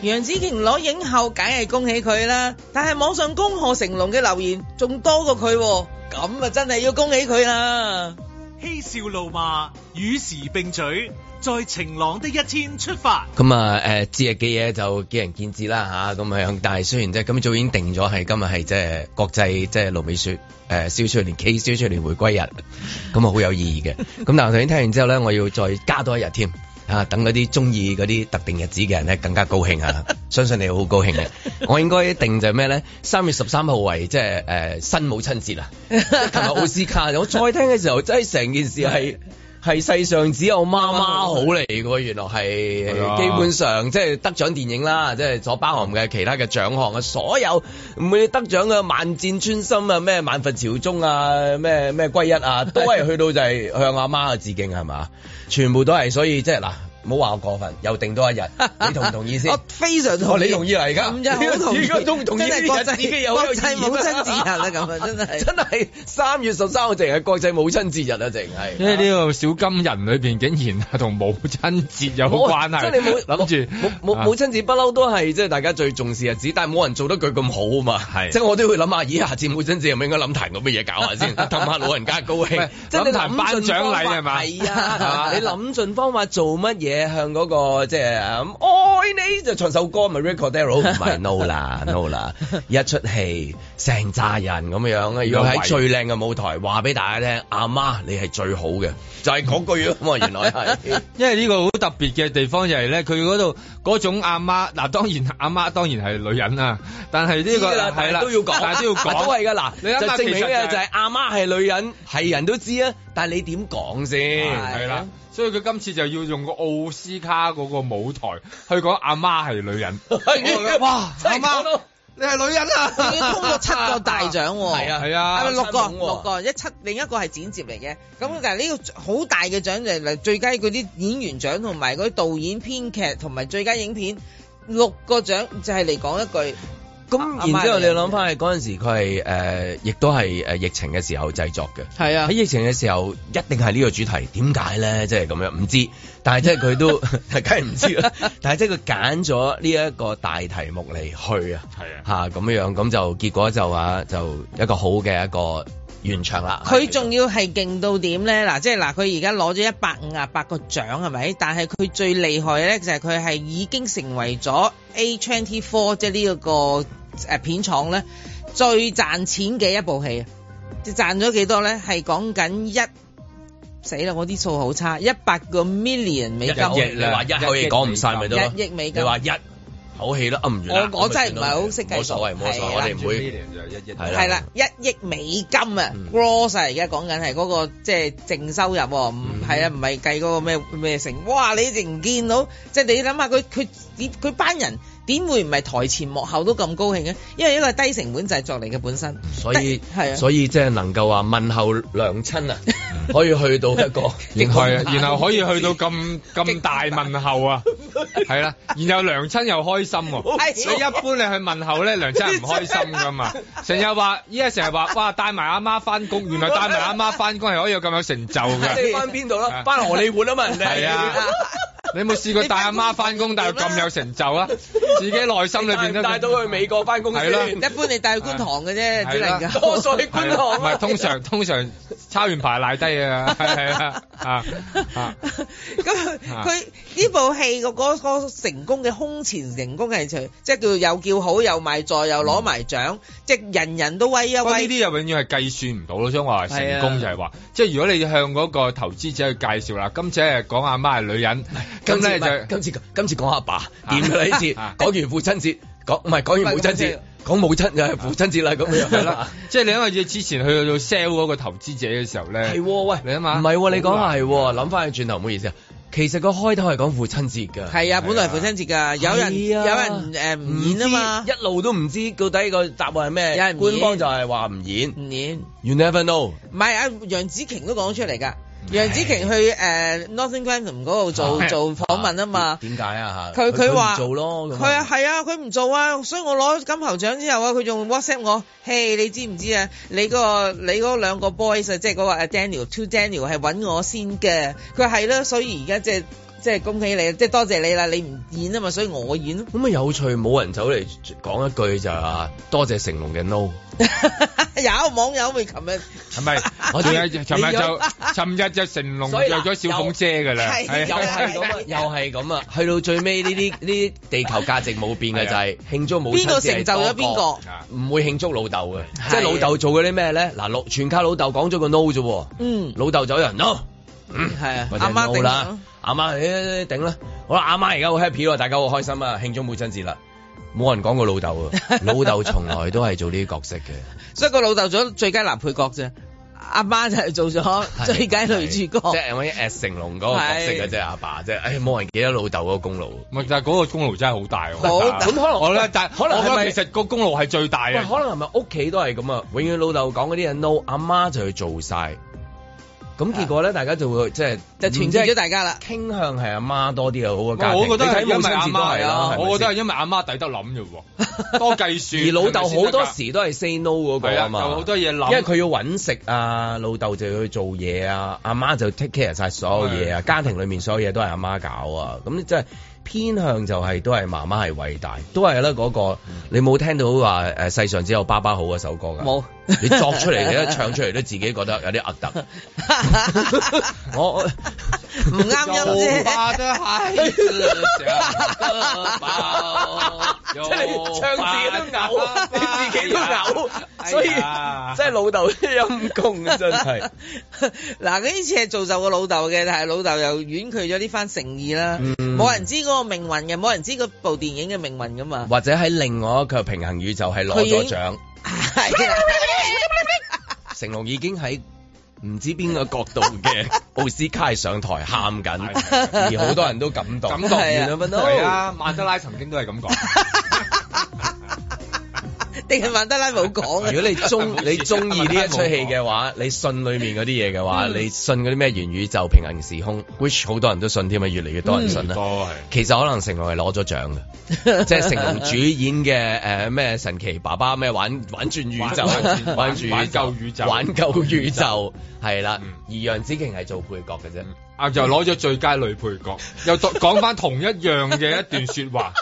S4: 楊紫瓊攞影后，梗係恭喜佢啦！但係網上恭賀成龍嘅留言仲多過佢喎，咁啊真係要恭喜佢啦！
S1: 嬉笑怒罵，與時並舉，在晴朗的一天出發。
S2: 咁啊誒，節日嘅嘢就見仁見智啦吓，咁樣。但係雖然即係咁早已經定咗係今日係即係國際即係盧美雪呃誒蕭翠蓮 K 蕭翠蓮回歸日，咁啊好有意義嘅。咁但係我頭先聽完之後咧，我要再加多一日添。啊！等嗰啲中意嗰啲特定日子嘅人咧，更加高興啊！相信你好高興嘅。我應該定就係咩咧？三月十三號為即係誒新母親節啊！同埋奧斯卡。我再聽嘅時候，真係成件事係係世上只有媽媽好嚟嘅喎。原來
S3: 係啊
S2: 係基本上即係得獎電影啦，即係所包含嘅其他嘅獎項啊，所有每得獎嘅萬箭穿心啊，咩萬佛朝宗啊，咩咩歸一 啊，都係去到就係向阿媽嘅致敬係嘛？全部都係，所以即係嗱。唔好話我過分，又定多一日， 你同唔同意先？我
S4: 非常同意
S2: 哦，你同意嚟㗎？
S4: 咁真係好同意
S2: 而家都唔同意呢
S4: 真係
S2: 啲
S4: 國
S2: 日
S4: 際
S2: 子嘅有
S4: 國際母親節日啦咁啊真係
S2: 真係三月十三號淨係國際母親節日啊，淨係。
S3: 因為呢個小金人裏邊竟然係同母親節有
S2: 冇
S3: 關係，
S2: 即係啊你冇
S3: 諗住
S2: 母母親節不嬲都係即係大家最重視日子，但係冇人做得佢咁好啊嘛。係，即係我都會諗下，咦，下次母親節係咪應該諗壇咁 嘅嘢搞下先，氹下老人家高興
S3: 喂。
S2: 即係你
S3: 諗壇頒
S2: 盡
S3: 獎
S2: 方
S3: 禮
S2: 法
S3: 係嘛
S2: 係
S3: 係
S2: 啊
S3: 嘛，
S2: 你諗盡方法做乜嘢向嗰個即係嗯愛你就唱首歌咪 Recordero 唔 係 no 啦 no 啦，一出戲成扎人咁樣啊，要喺最靚嘅舞台話俾大家聽，阿媽你係最好嘅，就係嗰句啊嘛，原來係。
S3: 因為呢個好特別嘅地方就係咧，佢嗰度嗰種阿媽嗱，當然阿媽當然係女人啦，但係呢個
S2: 知㗎啦，
S3: 係啦，
S2: 都要講，
S3: 但係都要 講，
S2: 都係㗎嗱。
S3: 你諗
S2: 就
S3: 下
S2: 證明
S3: 其實就
S2: 嘅
S3: 係
S2: 就係阿媽係女人，係人都知啊，但係你點講先？
S3: 係啦，所以佢今次就要用個奧斯卡嗰個舞台去講阿媽係 女人，哇，
S4: 真係
S3: 阿媽你係女人啊！
S4: 已經通過七個大獎喎，
S3: 係啊係啊
S4: 係咪六個
S3: 七個喎
S4: 六個一七另一個係剪接嚟嘅。咁但係呢個好大嘅獎就係嚟最佳嗰啲演員獎同埋嗰啲導演編劇同埋最佳影片六個獎就係嚟講一句。
S2: 咁然之後你諗翻係嗰陣時佢係誒，亦都係呃誒疫情嘅時候製作嘅。
S4: 係啊，
S2: 喺疫情嘅時候一定係呢個主題，點解咧？即係咁樣唔知，但係即係佢 都梗係唔知啦。但係即係佢揀咗呢一個大題目嚟去啊，係啊，嚇咁樣咁就結果就話就一個好嘅一個完場啦。
S4: 佢仲要係勁到點咧？嗱，即係嗱，佢而家攞咗一百五啊八個獎係咪？但係佢最厲害咧就係佢係已經成為咗 A Twenty Four 即係呢一個誒片廠咧最賺錢嘅一部戲啊！即係賺咗幾多咧？係講緊一死啦！我啲數好差，一百個 million 美金。
S2: 一億你話一口氣講唔晒咪得咯？
S4: 一億美金
S2: 你話一口氣都噏唔完啦
S4: 我我真係唔係好識計數
S2: 冇所謂，冇所謂，我哋唔會係
S4: 係啦，一億美金啊
S2: 嗯
S4: ，gross 啊，而家講緊係嗰個即係淨收入喎，唔
S2: 嗯
S4: 係啊，唔係計嗰個咩咩成，哇！你淨見到，即係你諗下佢佢點佢班人點會唔係台前幕後都咁高興嘅？因為一個係低成本製作嚟嘅 本身，
S2: 所以
S4: 係啊
S2: 所以即係能夠話問候娘親啊，可以去到一個
S3: 然後然後可以去到咁咁大問候啊，係啦，然後娘親又開心
S2: 哎
S3: 喎，
S4: 係
S3: 所以一般你去問候咧，娘親係唔開心噶嘛，成日話依家成日話哇帶埋阿媽翻工，原來帶埋阿媽翻工係可以有咁有成就
S2: 你
S3: 㗎。
S2: 翻邊度啦？翻荷里活啊嘛，人哋
S3: 係啊，你有冇試過帶阿媽翻工，但係咁有成就啊？自己內心裏邊都
S2: 帶到去美國翻公司
S3: 係啦
S4: 一般你帶去觀塘嘅啫，只能夠
S2: 多數去
S3: 係
S2: 觀
S3: 啦
S2: 塘
S3: 唔
S2: 啊
S3: 係。通常通常抄完牌賴低啊， 係啊啊 啊！
S4: 咁
S3: 啊
S4: 佢呢部戲個嗰個成功嘅空前成功係除，即係叫又叫好又賣座又攞埋獎，即係人人都威一
S3: 嗯不過
S4: 威
S3: 呢啲。又永遠係計算唔到咯，所以我話成
S4: 係啊
S3: 功就係話，即係如果你向嗰個投資者去介紹啦，今次係講阿媽係女 人，
S2: 今
S3: 咁
S2: 次
S3: 咧
S2: 唔係
S3: 就
S2: 今次今次講阿爸點㗎啦？呢次
S3: 啊
S2: 講完父親節，講唔係講完母親節，講母親就係父親節啦，咁樣
S3: 係啦。即係你因為之前去到 sell 嗰個投資者嘅時候咧，
S2: 係喎，喂，
S3: 你啊嘛，
S2: 唔係喎，你講
S3: 好
S2: 下
S3: 難
S2: 係喎，諗翻去轉頭，唔好意思啊。其實個開頭係講父親節㗎。
S4: 係啊，本來係父親節㗎，有人
S2: 係
S4: 有
S2: 啊
S4: 人誒唔演啊嘛，
S2: 一路都唔知到底個答案係咩，
S4: 有人
S2: 官方
S4: 演
S2: 就係話唔演。
S4: 唔演。
S2: You never know。
S4: 唔係啊，楊紫瓊都講出嚟㗎。楊紫瓊去誒、Northern Grantham 嗰度做
S2: 啊
S4: 做訪問啊嘛。
S2: 點解啊？嚇
S4: 佢佢
S2: 唔
S4: 話
S2: 做咯，咁
S4: 佢啊係啊，佢唔做啊，所以我攞金球獎之後啊，佢仲 WhatsApp 我，嘿，你知唔知啊？你嗰個你嗰兩個 boys 啊，即係嗰個啊 Daniel Two Daniel 係揾我先嘅，佢係啦，所以而家即係即係恭喜你，即係多謝你啦，你唔演啊嘛，所以我演咯。
S2: 咁咪有趣，冇人走嚟講一句就係話多謝成龍嘅 no。
S4: 有網友咪琴日
S3: 係咪？
S2: 我
S3: 仲
S2: 知
S3: 有尋
S2: 你
S3: 日
S2: 有
S3: 就尋日就成龍
S2: 所以
S3: 約
S2: 嗱
S3: 咗小鳳姐㗎啦，
S2: 又係咁啊，又係咁啊，去到最尾呢啲呢啲地球價值冇變嘅就係慶祝母親
S4: 啊邊個
S2: 節
S4: 成
S2: 係
S4: 就咗
S2: 多
S4: 邊
S2: 過
S4: 個？
S2: 唔會慶祝老豆嘅，即係老豆做嗰啲咩咧？嗱，老全靠老豆講咗個 no 啫喎，
S4: 嗯，
S2: 老豆走人 no，嗯，
S4: 係啊
S2: 或者
S4: 阿媽
S2: no
S4: 頂
S2: 啦
S4: 咯，
S2: 阿媽誒頂啦，好啦，阿媽而家好 happy 咯，大家好開心啊，慶祝母親節啦，冇人講過老豆啊， 老豆從來都係做呢啲角色嘅，
S4: 所以個老豆做咗最佳男配角啫，阿媽就係做咗 最佳女主角。
S2: 即係我 as 成龍嗰個角色嘅啫，阿爸啫，誒冇人記得老豆嗰個功勞。
S3: 唔係，但係嗰個功勞真係好大喎。
S2: 好咁可能
S3: 我咧，但
S2: 可能
S3: 我覺
S2: 係
S3: 得
S2: 咪
S3: 其實個功勞係啊最大
S2: 喂，
S3: 嘅。
S2: 可能係咪屋企都係咁啊？永遠老豆講嗰啲嘢 no，阿媽就去做晒。
S3: 啊
S2: 咁結果咧，大家就會即係
S4: 就團結咗大家啦。
S2: 傾向係阿媽多啲啊，好
S3: 唔
S2: 嘅家
S3: 係
S2: 庭。
S3: 我覺得
S2: 你睇
S3: 係因
S2: 母
S3: 為
S2: 親
S3: 阿
S2: 節都係
S3: 媽
S2: 啦
S3: 啊，，我覺得係
S2: 係
S3: 因為阿媽抵得諗啫喎， 多計算。
S2: 咪先而老
S3: 係
S2: 豆
S3: 咪先得
S2: 好多
S3: 㗎
S2: 時都係 say no 嗰個啊嘛，
S3: 係啊有好多嘢諗
S2: 因為佢要揾食啊，老豆就要去做嘢啊，阿媽就 take care 晒所有嘢啊，家庭裡面所有嘢都係阿媽搞啊，咁即係。偏向就係、都係媽媽係偉大，都係啦嗰個。你冇聽到話誒世上只有爸爸好嗰首歌㗎？
S4: 冇，
S2: 你作出嚟嘅， 唱出嚟都自己覺得有啲核 突。我我
S4: 唔啱音啫。
S2: 即係你唱自己都嘔，你自己都嘔，所以真係老豆陰公啊！真係。
S4: 嗱，呢次係造就個老豆嘅，但係老豆又婉拒咗呢番誠意啦。
S2: 嗯
S4: 冇、人知嗰個命運嘅，冇人知嗰部電影嘅命運噶嘛。
S2: 或者喺另外一個平衡宇宙係攞咗獎，
S4: 係啊
S2: 成龍已經喺唔知邊個角度嘅奧斯卡係上台喊緊，而好多人都感動。
S3: 感動
S2: 原來
S3: 係啊，曼德拉曾經都係咁講。
S4: 定係曼德拉冇講啊嘅。
S2: 如果你中你中意呢一出戲嘅話，你信裡面嗰啲嘢嘅話，
S4: 嗯
S2: 你信嗰啲咩元宇宙、平行時空，which 好多人都信添啊，越嚟越多人信啦。
S3: 多係
S2: 其實可能成龍係攞咗獎 嘅，即係成龍主演嘅誒呃咩神奇爸爸咩玩 玩轉宇宙
S3: 玩，
S2: 玩轉
S3: 玩救宇宙
S2: 玩救宇 宙係啦。
S4: 嗯
S2: 而楊紫瓊係做配角嘅啫，
S3: 啊，又攞咗最佳女 配角，又讀講翻同一樣嘅一段説 話。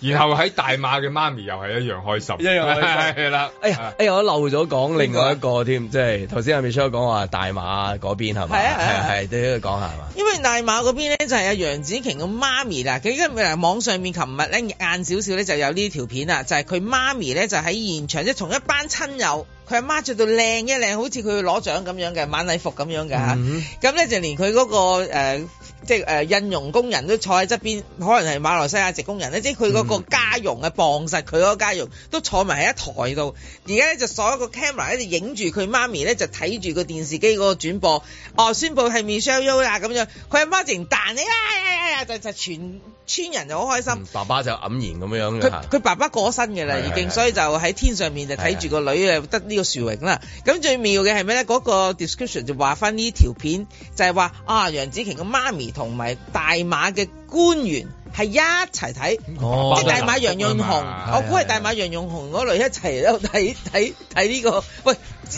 S3: 然後喺大馬嘅媽咪又係一樣開心，
S2: 一樣開心
S3: 係啦。
S2: 哎
S4: 啊
S2: 呀，哎呀，我漏咗講另外一個添，即係頭先阿 Michelle 講話大馬嗰邊係咪？
S4: 係啊係啊
S2: 係係，都要講下係嘛？
S4: 因為大馬嗰邊咧就係阿楊紫瓊個媽咪啦，佢因為嗱網上面琴日咧晏少少咧就有呢條片啦，就係佢媽咪咧就喺現場，即係同一班親友，佢阿媽着到靚一靚，好似佢去攞獎咁樣嘅晚禮服咁樣嘅嚇，
S7: 嗯
S4: 咁咧、就連佢嗰、個、呃即係誒、呃印傭工人都坐喺側邊，可能係馬來西亞籍工人咧，即係佢嗰個家傭啊，傍實佢嗰個家傭都坐埋喺一台度。而家咧就所有個 camera 咧就影住佢媽咪咧，就睇住個電視機嗰個轉播。哦，宣佈係 Michelle Yeoh 啦咁樣，佢阿媽直情彈你啦呀哎呀呀，就就全村人就好開心。
S2: 嗯爸爸就黯然咁
S3: 嗯
S2: 樣嘅
S4: 佢
S3: 啊
S2: 嚇
S4: 佢爸爸過身嘅啦，
S2: 係
S4: 已
S2: 係
S4: 經，
S2: 係
S4: 所以就喺天上面就睇住個女啊，得呢個殊榮啦。咁最妙嘅係咩咧？嗰、個 description 就話翻呢條片就係話啊，楊紫瓊嘅媽咪同埋大馬嘅官員係一齊睇。
S3: 嗯
S2: 哦
S4: 即係大馬楊潤雄，
S3: 啊
S2: 係
S4: 我估係大馬楊潤雄嗰類一齊喺度睇睇睇呢個，喂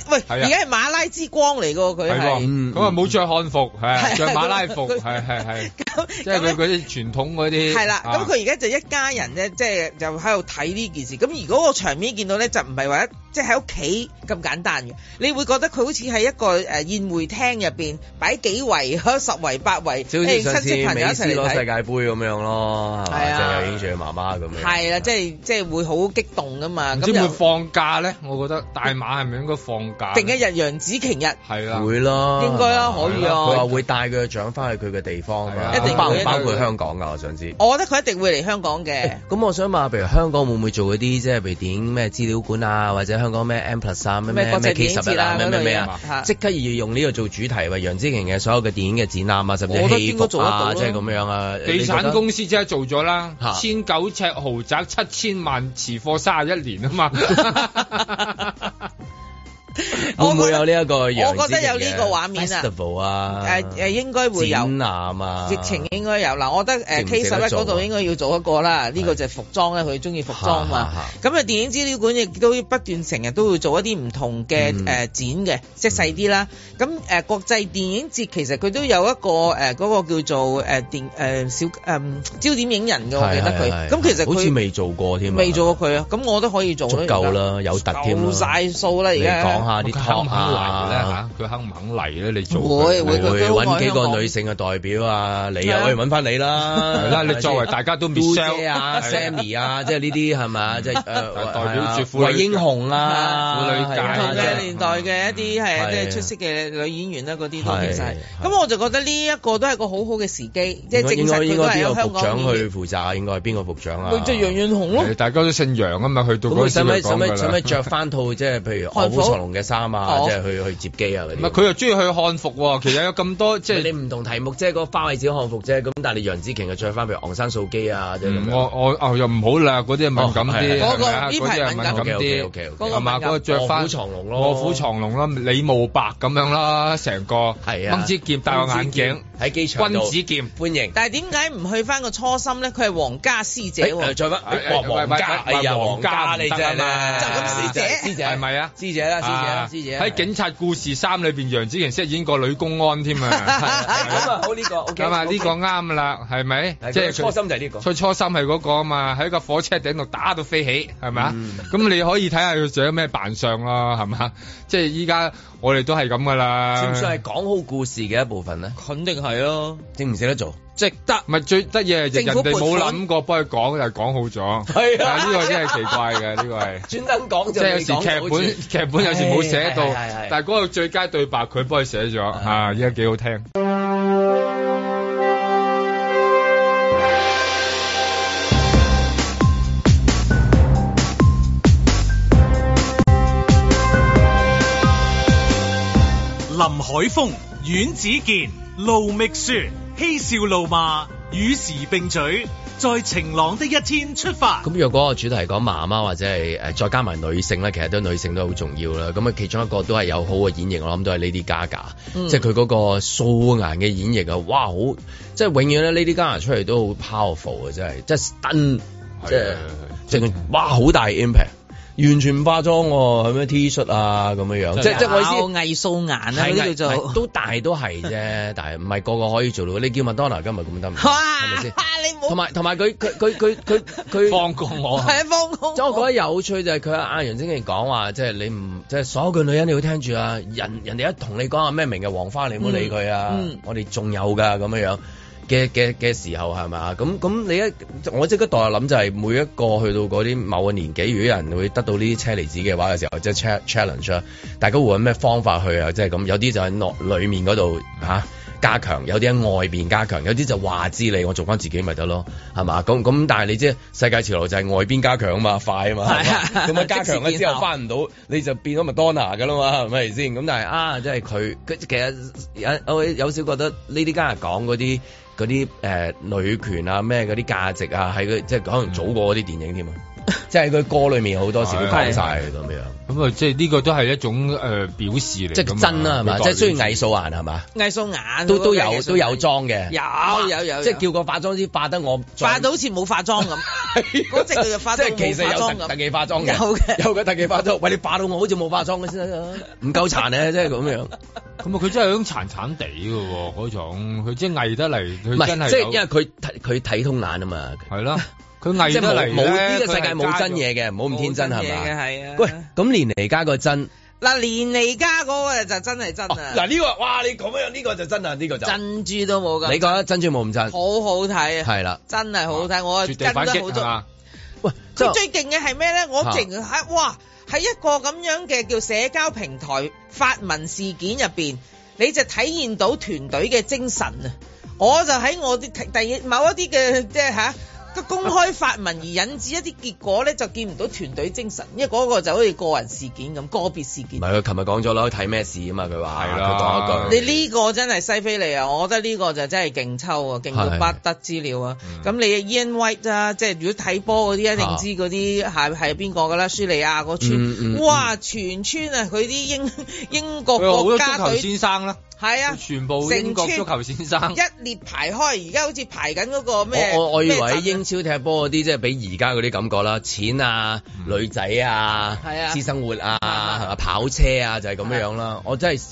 S4: 喂，
S3: 係啊
S4: 而家係馬拉之光嚟㗎喎，
S3: 係
S4: 佢係。
S3: 喎，咁啊冇着漢服，係啊
S4: 係啊啊
S3: 着馬拉服，係係係， 即係佢嗰啲傳統嗰啲。
S4: 係啦，咁
S3: 啊
S4: 佢而家就一家人咧，即係就喺度睇呢件事。咁而嗰個場面見到咧，就唔係話一即係喺屋企咁簡單嘅，你會覺得佢好似喺一個誒宴會廳入邊擺幾圍、十圍、八圍，
S2: 就好似
S4: 誒
S2: 上
S4: 親
S2: 次
S4: 戚朋友一
S2: 美斯
S4: 齊嚟
S2: 攞世
S4: 睇。
S2: 界盃咁樣咯，係嘛？即係
S4: 係啊
S2: 有影住佢媽媽咁樣。
S4: 係啦，即係即係會好激動噶嘛。
S3: 唔
S4: 咁
S3: 知會唔會
S4: 又
S3: 放假咧？我覺得大馬係咪應該放放假
S4: 定一日楊紫瓊日，
S3: 係啦，
S2: 會啦，
S4: 啊應該啦可以啊
S2: 佢話會帶佢嘅獎翻去佢嘅地方啊嘛，
S4: 一定
S2: 包
S4: 會
S2: 包括香港㗎，我想知。
S4: 我覺得佢一定會嚟香港嘅。
S2: 咁我想問下，譬如香港會唔會做嗰啲即係譬如電影咩資料館啊，或者香港咩 M Plus 啊，咩
S4: 咩
S2: 咩
S4: 國際
S2: 咩
S4: 電
S2: K
S4: 影
S2: 十
S4: 節
S2: 一
S4: 啊
S2: 啊，咩咩咩
S4: 嗰類嘢啊
S2: 啊，即刻要用呢個做主題為楊紫瓊嘅所有嘅電影嘅展覽啊，甚至戲服啊，即係咁樣啊。
S3: 地產公司即刻做咗啦，
S2: 嚇
S3: 千九尺豪宅七千萬持貨三十一年 啊嘛，
S2: 會唔會有呢一個楊紫瓊嘅
S4: 我覺得有呢個畫面啊
S2: festival 啊，
S4: 誒誒應該會有
S2: 展覽啊，
S4: 疫情應該有嗱，我覺
S2: 值
S4: 得誒
S2: 唔
S4: K
S2: 值
S4: 十
S2: 得
S4: 一
S2: 做
S4: 嗰
S2: 啊
S4: 度應該要做一個啦，呢個就係服裝啦，佢中意服裝嘛
S2: 嚇嚇。
S4: 咁啊，電影資料館亦都不斷成日都會做一啲唔同嘅
S2: 嗯
S4: 誒展嘅，即係細啲啦。咁誒國際電影節其實佢都有一個誒嗰個叫做誒電誒小誒焦點影人嘅，我記得
S2: 係係
S4: 佢。
S2: 係
S4: 咁其實
S2: 好似
S4: 佢
S2: 未做過添啊，
S4: 未做過佢啊，咁我都可以做
S2: 足夠啦，有突添啦
S4: 夠。晒數啦，而
S2: 你
S4: 家
S2: 講下啲
S3: 佢肯唔
S2: top
S3: 肯嚟咧
S2: 啊
S3: 嚇？佢肯唔肯嚟咧？你做
S4: 會會佢
S2: 會
S4: 都
S2: 揾
S4: 愛
S2: 幾
S4: 香港
S2: 個女性嘅代表啊，你
S4: 係啊
S2: 啊，我哋揾翻你啦，
S3: 係啦你 作為大家都 Michelle
S2: 姐啊、
S3: 係啊
S2: Sammy 啊，即係呢啲係咪啊？即係誒
S3: 代表住婦女
S2: 為英雄啦，
S3: 婦女界
S2: 係啊
S4: 同嘅年代嘅一啲係
S2: 係
S4: 即係出色嘅女演員啦，啊嗰啲都
S2: 係
S4: 其實係咁，我就覺得呢一個都係一個好好嘅時機，即係證
S2: 應該
S4: 實
S2: 應
S4: 佢
S2: 該
S4: 都
S2: 邊
S4: 係有
S2: 個
S4: 香
S2: 局
S4: 港
S2: 長
S4: 演
S2: 去
S4: 員。
S2: 負責？應該係邊個局長啊？
S4: 咪即係楊潤雄咯，
S3: 係大家都姓楊啊嘛，去到
S2: 咁
S3: 嗰
S2: 佢
S3: 時
S2: 使
S3: 咪
S2: 咪使
S3: 講
S2: 咪使
S3: 㗎
S2: 咪
S3: 啦。
S2: 着翻套即係譬如《
S4: 漢
S2: 卧
S4: 服
S2: 虎藏龍》嘅衫啊
S4: 哦，
S2: 即係去去接機啊嗰啲。
S3: 唔係佢又中意去漢服喎，其實有咁多即
S2: 即係你
S3: 係。
S2: 唔同題目，即係個花卉小漢服啫。咁但係你楊紫瓊就着翻譬如昂山素姬啊，即係咁
S3: 嗯
S2: 樣。
S3: 我我哦又唔好啦，嗰啲係敏感
S2: 哦係
S3: 啲，
S2: 係
S3: 係咪啊
S4: 嗰個呢
S3: 嗰啲
S4: 排
S3: 係
S4: 敏
S3: 敏
S4: 感
S3: 感啲，
S2: OK，OK，OK，OK
S3: 係嘛？
S4: 嗰個敏感
S3: 嗰個着
S2: 卧
S3: 翻
S2: 虎藏龍咯
S3: 卧虎藏龍啦，李慕白咁樣啦，成個
S2: 係啊
S3: 掹支劍，戴個眼鏡，
S2: 喺機場度哎
S3: 君子劍
S2: 歡迎。
S4: 但係點解唔去翻個初心咧？佢係皇家師姐
S2: 誒
S4: 喎，
S2: 再翻
S3: 哎
S2: 哇
S3: 喂
S2: 皇家，
S3: 喂喂
S2: 哎呀皇家你真
S3: 啊
S2: 係啦，
S4: 就咁師姐
S2: 師姐
S3: 係咪啊？
S2: 師姐啦，師姐啦，師姐啦。
S3: 喺警察故事三裏邊，楊紫瓊飾演個女公安 添啊，
S2: 咁啊好呢個 OK，
S3: 咁啊呢個啱啦，係咪？
S2: 係
S3: 即係
S2: 佢初心就係呢個
S3: 佢初心係嗰個啊嘛，喺個火車頂度打到飛起，係咪啊
S2: 嗯？
S3: 咁你可以睇下佢想咩扮相咯，係嘛？ 即係依家我哋都係咁噶啦。
S2: 算唔算係講好故事嘅一部分咧？
S4: 肯定係咯，
S2: 正唔正得做？
S4: 值得。
S3: 唔係最得意係人哋冇諗過幫佢講，就係講好咗。
S2: 係啊
S3: 呢個真係奇怪嘅，呢個係。
S2: 專登講
S3: 即
S2: 就
S3: 係有
S2: 未
S3: 時
S2: 講
S3: 劇
S2: 好
S3: 本
S2: 住
S3: 劇本有時冇寫到
S2: 係係係係，
S3: 但係嗰個最佳對白佢幫佢寫咗啊，依家幾好聽。
S1: 林海峰、阮子健、盧覓雪，嬉笑怒罵，與時並舉，在晴朗的一天出發。
S2: 咁若果個主題講媽媽或者係誒再加埋女性咧，其實都女性都好重要啦。咁啊，其中一個都係有好嘅演繹，我諗都係 Lady Gaga，、
S4: 嗯
S2: 即係佢嗰個素顏嘅演繹啊，哇好！即係永遠咧，Lady Gaga 出嚟都好 powerful 啊，真係，即係 stun，即
S3: 啊
S2: 係即係哇好大 impact，完全唔化妝喎，係咩 T 恤啊咁樣樣，即係即係我意思。
S4: 有藝素顏啊，
S2: 係
S4: 呢啲
S2: 藝
S4: 叫做
S2: 係。都大都係啫，但係唔係個個可以做到。你叫麥當娜今日咁得 唔得？
S4: 哇！
S2: 係咪先？
S4: 你冇
S2: 同埋同埋佢佢佢佢佢佢
S3: 放過我啊！
S4: 係啊放空
S2: 即係我覺得有趣就係佢阿楊晶瓊講話，即係你唔即係所有嘅女人你要聽住啊！人人哋一同你講啊咩明日黃花，你唔好理佢啊！
S4: 嗯嗯
S2: 我哋仲有㗎咁樣樣嘅嘅嘅時候係咪啊？咁咁你一我即刻代入諗就係每一個去到嗰啲某個年紀，如果有人會得到呢啲車厘子嘅話嘅時候，即係 cha- challenge 啊，大家會揾咩方法去啊？即係咁，有啲就喺內裡面嗰度嚇。加強，有啲喺外邊加強，有啲就話知你，我做翻自己咪得咯，係嘛？咁咁，但係你知世界潮流就係外邊加強啊嘛，快啊嘛，係嘛咁啊加強咗之後翻唔到，你就變咗麥當娜噶啦嘛，係咪先？咁但係啊，即係佢佢其實有我有少覺得呢啲家人講嗰啲嗰啲誒女權啊咩嗰啲價值啊，係佢即係可能早過嗰啲電影 添啊，即係佢歌裡面好多時都講晒咁樣，
S3: 咁啊，即係呢個都係一種誒、呃表示嚟㗎嘛，
S2: 即係真啊啦係嘛？
S3: 佢代表
S2: 即係雖然藝素顏係嘛，
S4: 藝素顏啊
S2: 都
S4: 嗰個
S2: 都
S4: 藝
S2: 有
S4: 素
S2: 都有
S4: 顏
S2: 裝嘅。啊
S4: 有有有，
S2: 即係
S4: 有
S2: 叫個化妝師化得我再
S4: 化 到好似冇化妝咁，嗰隻佢就化
S2: 即
S4: 到
S2: 係其
S4: 冇
S2: 實
S4: 化
S2: 有
S4: 妝
S2: 特
S4: 咁
S2: 特。技化妝嘅，
S4: 有嘅
S2: 有嘅特技化妝。喂，你化到我好似冇化妝嘅先得啊，唔夠殘咧，即係咁樣。
S3: 咁啊，佢真係有種殘殘地嘅喎，嗰種佢即係偽得嚟，
S2: 唔
S3: 佢真
S2: 係，即
S3: 係
S2: 係
S3: 有
S2: 因為佢睇佢睇通眼啊嘛，
S3: 係啦，佢偽
S2: 即係
S3: 得嚟
S2: 冇冇呢
S3: 咧
S2: 個世界冇真。
S3: 佢係
S2: 嘢嘅，唔好咁天真係
S4: 冇真嘢嘅
S2: 嘛？
S4: 係啊
S2: 喂，咁連嚟加個真，
S4: 嗱，連嚟家嗰個就真係真
S2: 哦
S4: 啊
S2: 嗱，呢個哇你咁樣呢個就真啊，呢個就
S4: 珍珠都冇咁，
S2: 你覺得珍珠冇咁真，
S4: 好好睇啊，
S2: 係啦。
S4: 真係好好睇，我啊
S3: 絕
S4: 跟
S3: 地
S4: 得
S3: 反
S4: 好
S3: 擊係
S4: 足。
S3: 嘛？
S2: 喂，即
S4: 佢
S2: 係
S4: 最勁嘅係咩咧？我
S2: 嚇
S4: 勁係哇喺一個咁樣嘅叫社交平台發文事件入邊，你就體現到團隊嘅精神啊！我就喺我啲第某一啲嘅即係嚇個公開發文而引致一啲結果咧，就見唔到團隊精神，因為嗰個就好似個人事件咁，個別事件
S2: 唔。係佢琴日講咗啦，睇咩事啊嘛？佢話
S3: 係啦
S2: 佢講一
S4: 你
S2: 句。
S4: 呢個真係西非利啊！我覺得呢個就真係勁抽啊，勁到不得之了啊！
S2: 嗯
S4: 咁你 Ian White 啊，即係如果睇波嗰啲
S2: 啊
S4: 一定知嗰啲係係邊個㗎啦，舒利亞嗰村，
S3: 嗯嗯嗯
S4: 哇！全村啊，佢啲英 英國
S3: 佢有好
S4: 國
S3: 多足
S4: 家
S3: 球
S4: 隊
S3: 先生啦，
S4: 係啊，
S3: 全部英國
S4: 成
S3: 足
S4: 村
S3: 球先生。
S4: 一列排開，而家好似排緊嗰個咩？
S2: 啊我我我以為
S4: 咩啊
S2: 喺
S4: 集
S2: 英超踢波嗰啲，即係比而家嗰啲感覺啦，錢啊、女仔啊
S4: 係、啊
S2: 私生活啊、係嘛跑車啊，就係咁樣樣啦。我真係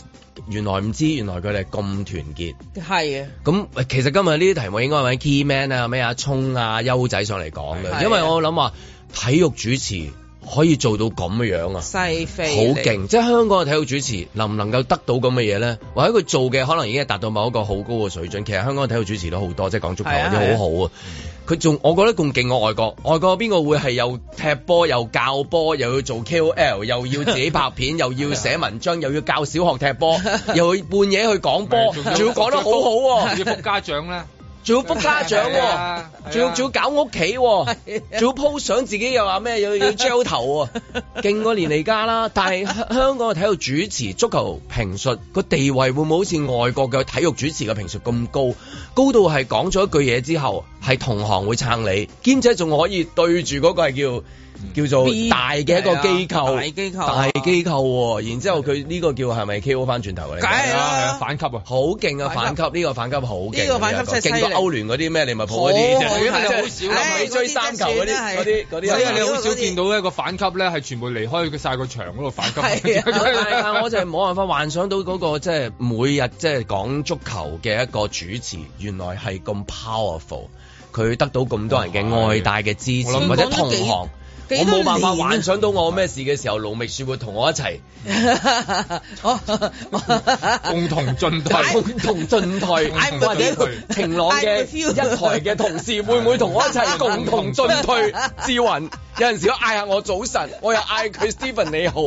S2: 原來唔知，原來佢哋咁團結。
S4: 係啊，
S2: 咁喂其實今日呢啲題目應該係揾 key man 啊、咩啊、聰啊、優仔上嚟講
S4: 係
S2: 嘅，
S4: 啊
S2: 因為我諗話體育主持可以做到咁嘅樣啊。
S4: 西非利
S2: 好勁！即係香港嘅體育主持能唔能夠得到咁嘅嘢咧？或者佢做嘅可能已經係達到某一個好高嘅水準。其實香港嘅體育主持都好多，即係講足球
S3: 係
S2: 嗰
S3: 啊
S2: 啲好好啊。佢仲我覺得仲勁過外國，外國邊個會係又踢波又教波，又要做 KOL，又要自己拍 片，又要寫文章，又要教小學踢波，又要半夜去講波，仲
S3: 仲要
S2: 要講得好好
S3: 仲
S2: 喎
S3: 要。福家長咧，
S2: 仲要 book 家 長
S3: 係啊係啊
S2: 喎，仲要仲要搞屋企喎，
S4: 啊
S2: 仲要 po 相自己又話咩要要 gel 頭喎， 勁過連嚟家啦。但係香香港嘅體育主持、足球評述個地位會唔會好似外國嘅體育主持嘅評述咁高？高到係講咗一句嘢之後，係同行會撐你，兼且仲可以對住嗰個係叫。叫做
S4: 嗯 B，
S2: 大嘅一個機
S4: 係
S2: 構，
S4: 啊大機構
S2: 大機構喎。然之後佢呢個叫係咪 KO 翻轉頭嚟？
S4: 梗係啦係啊
S3: 反級啊，
S2: 好勁啊！反級呢個反級好勁，啊
S4: 呢個反級真係犀利
S2: 勁過歐聯嗰啲咩利物哦浦嗰啲，
S3: 好好睇
S2: 真係
S3: 好少
S2: 臨尾追三球嗰啲
S4: 唉
S2: 嗰啲啊嗰
S3: 所以你
S2: 啲。
S3: 好少見到一個反級咧，係全部離開晒個場嗰度反級。
S2: 係啊， 但係我就係冇辦法幻想到嗰個即係每日即係講足球嘅一個主持，原來係咁 powerful，佢得到咁多人嘅愛戴嘅支
S3: 我諗
S2: 持或者同行。我
S4: 幾多
S2: 冇辦法
S4: 年啊
S2: 幻想到我咩事嘅時候，盧覓雪會同我一齊
S3: 共同進
S4: 哎
S3: 退，
S2: 共同進退，
S3: I'm
S2: 或者
S3: with you
S2: 晴朗嘅
S4: I'm with you
S2: 一台嘅同事會唔會同我一 齊共同進退？志雲有陣時我嗌下我早晨，我又嗌佢 Steven 你好，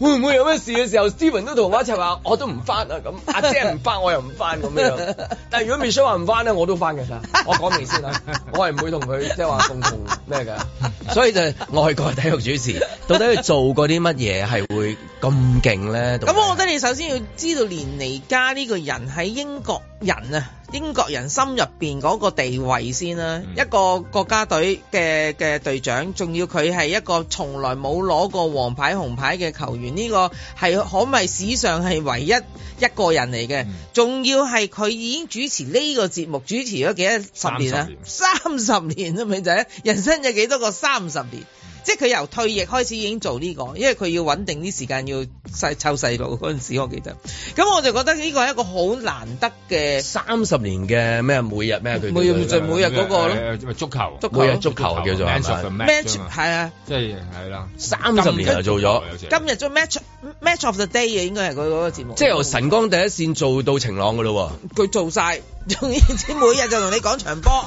S2: 會唔會有咩事嘅時候，Steven 都同我一齊話我都唔翻啊咁，阿姐唔翻我又唔翻咁樣。但係如果 Michelle 話唔翻咧，我都翻㗎啦。我講明先啦，我係唔會同佢即係話共同咩㗎。所以就係外國體育主持到底佢做過啲乜嘢係會咁勁咧？
S4: 咁我覺得你首先要知道連尼加呢個人喺英國人啊，英國人心入邊嗰個地位先啦、一個國家隊嘅嘅隊長，仲要佢係一個從來冇攞過黃牌紅牌嘅球員，呢、個係可唔係史上係唯一一個人嚟嘅？仲要係佢已經主持呢個節目，主持咗幾多十年啊？三十年啊，咪就係人生有幾多個三十年？即係佢由退役開始已經做呢、個，因為佢要穩定啲時間要細湊細路嗰陣時，我記得。咁我就覺得呢個係一個好難得嘅
S2: 三十年嘅咩每日咩佢
S4: 每日就每日嗰個咯
S3: 誒誒足球，
S4: 足球
S2: 每日足球叫做
S3: Man of the
S2: 係咪
S3: Match 啊嘛
S4: 係啊，
S3: 即係係啦，
S2: 三十年就做咗
S4: 今日做 match match of the day 嘅應該係佢嗰個節目。
S2: 即係由晨光第一線做到晴朗噶咯
S4: 佢做晒，總之每日就同你講 場波。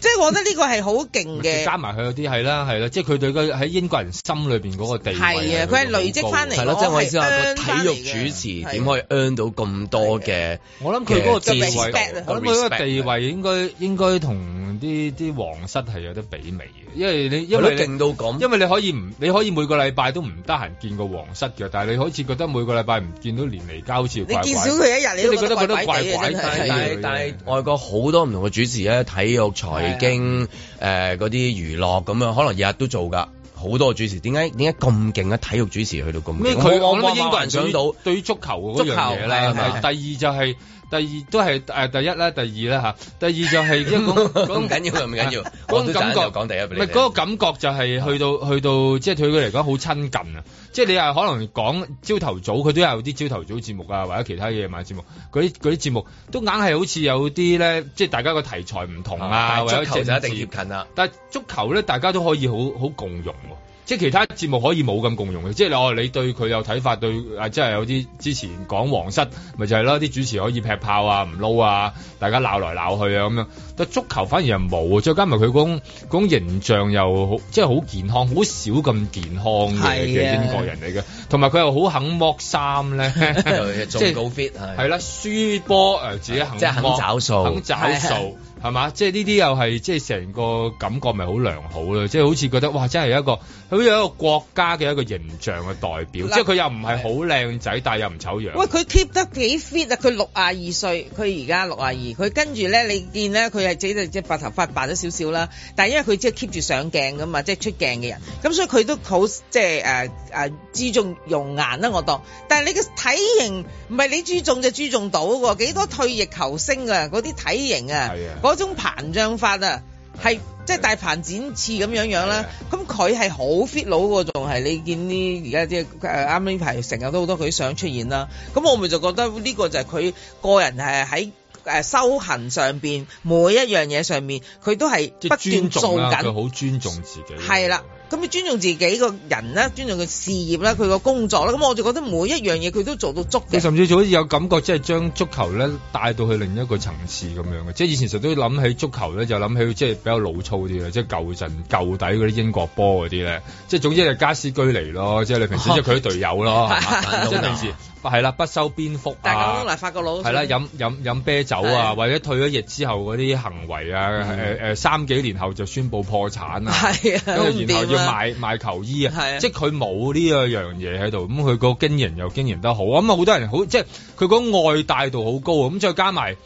S4: 即係我覺得呢個係好勁嘅。
S3: 加埋佢有啲係啦，係啦，即係佢對個喺英國人心裏邊嗰個地位
S4: 係啊佢係累積返嚟
S2: 喎，係咯，即係我意思話
S4: 我
S2: 個
S4: 係
S2: 體
S4: earn
S2: 育主持
S4: 返嚟嘅
S2: 點可以 earn 到咁多嘅？
S3: 我諗佢嗰個地
S2: 嘅支持
S4: 啊
S3: 位，我諗佢
S2: 啊
S3: 嗰個地位應該應該同啲啲皇室係有得媲美嘅，因為你因為你
S2: 係咯勁到咁
S3: 因為你可以唔你可以每個禮拜都唔得閒見個皇室嘅，但係你好似覺得每個禮拜唔見到連尼交好似怪怪
S4: 你見少佢一日你都
S3: 即係覺得
S4: 覺
S3: 覺
S4: 得
S3: 得怪
S4: 怪怪
S3: 怪
S4: 地
S3: 地
S4: 啊
S2: 但
S4: 真係
S2: 係但係外國好多唔同嘅主持咧，體育、財經、
S3: 啊
S2: 誒嗰啲娛樂咁樣，可能日日都做㗎。好多主持點解點解咁勁嘅體育主持去到咁勁？
S3: 咩佢
S2: 我
S3: 我諗
S2: 冇
S3: 英國人
S2: 幻想
S3: 想
S2: 到
S3: 到對於足球
S2: 足
S3: 嗰樣嘢
S2: 球係
S3: 啦，
S2: 啊
S3: 係咪
S2: 係啊
S3: 第二就係、第二都係誒、第一啦，第二啦嚇，第二就係一種嗰
S2: 唔
S3: 種
S2: 緊要唔緊要
S3: 啊
S2: 我
S3: 嗰
S2: 都
S3: 種
S2: 陣間
S3: 感覺
S2: 就講第一俾
S3: 唔
S2: 你
S3: 係
S2: 聽
S3: 嗰個感覺就係去到去到即係對佢嚟講好親近啊！即係你係可能講朝頭早佢都有啲朝頭早節目啊，或者其他夜晚節目嗰啲嗰啲節目都硬係好似有啲咧，即係大家個題材唔同啊，
S2: 但
S3: 或
S2: 係
S3: 者
S2: 足球就一
S3: 政治
S2: 定 貼近啦。
S3: 但係足球咧，大家都可以好好共融喎。即係其他節目可以冇咁共融嘅，即係你哦，你對佢有睇法，對啊，即係有啲之前講皇室，咪就係咯，啲主持可以劈炮啊，唔撈啊，大家鬧來鬧去啊咁樣。但足球反而又冇，再加埋佢嗰種嗰種形象又好，即係好健康，好少咁健康嘅嘅
S2: 係啊
S3: 英國人嚟嘅，同埋佢又好肯剝衫 咧，
S2: 仲
S3: 即係
S2: 好 fit 係
S3: 係啦，輸波誒自己肯
S2: 即係肯
S3: 剝
S2: 找數
S3: 肯找
S4: 啊
S2: 係
S3: 數。係嘛？即係呢啲又係即係成個感覺咪好良好咯，即係好似覺得哇，真係一個好似一個國家嘅一個形象嘅代表，
S4: 嗱
S3: 即係佢又唔係好靚仔，但係又唔醜
S4: 喂，
S3: 樣。
S4: 佢 keep 得幾 fit 啊！佢六廿二歲，佢而家六廿啊二，佢跟住咧，你見咧佢係自己即係白頭髮白咗少少啦，但係因為佢即係 keep 住上鏡噶嘛，即係出鏡嘅人，咁所以佢都好即係呃誒誒注重容顏啊啦，我當。但係你嘅體型唔係你注重就注重到喎，幾多退役球星啊，嗰啲體型啊
S7: 係啊，
S4: 嗰種膨脹法啊，係即係大鵬展翅咁樣樣
S3: 啊
S4: 啦。咁佢係好 fit 佬喎，仲係你見啲而家即係誒啱呢排成日都好多佢啲相出現啦。咁我咪就覺得呢個就係佢個人係喺。誒修行上邊每一樣嘢上面，佢都係不斷
S3: 尊
S4: 做
S3: 重啦，
S4: 緊
S3: 佢。好尊重自己。
S4: 係啦，咁你尊重自己個人啦，尊重佢事業啦，佢個工作啦，咁我就覺得每一樣嘢佢都做到足
S3: 佢
S4: 嘅。
S3: 甚至好似有感覺，即係將足球咧帶到去另一個層次咁樣嘅。即係以前成日都諗起足球咧，就諗起即係比較老粗啲啦，即係舊陣舊底嗰啲英國波嗰啲咧。即係總之就加斯居尼咯，即係你平 時即係佢啲隊友咯，係嘛
S4: 啊
S3: 即係平時係啦，不修邊幅
S4: 但係咁
S3: 啊
S4: 樣。嗱，法國佬
S3: 係啦，飲飲飲啤酒啊，或者退咗役之後嗰啲行為啊，誒誒、呃三幾年後就宣布破產啊，
S4: 嗯 係啊
S3: 跟住然後
S4: 都唔掂
S3: 要
S4: 啊
S3: 賣賣球衣
S4: 係
S3: 啊
S4: 啊，
S3: 即係佢冇呢一樣嘢喺度，咁佢個經營又經營得好，咁啊好多人好，即係佢嗰愛戴度好高啊，咁再加埋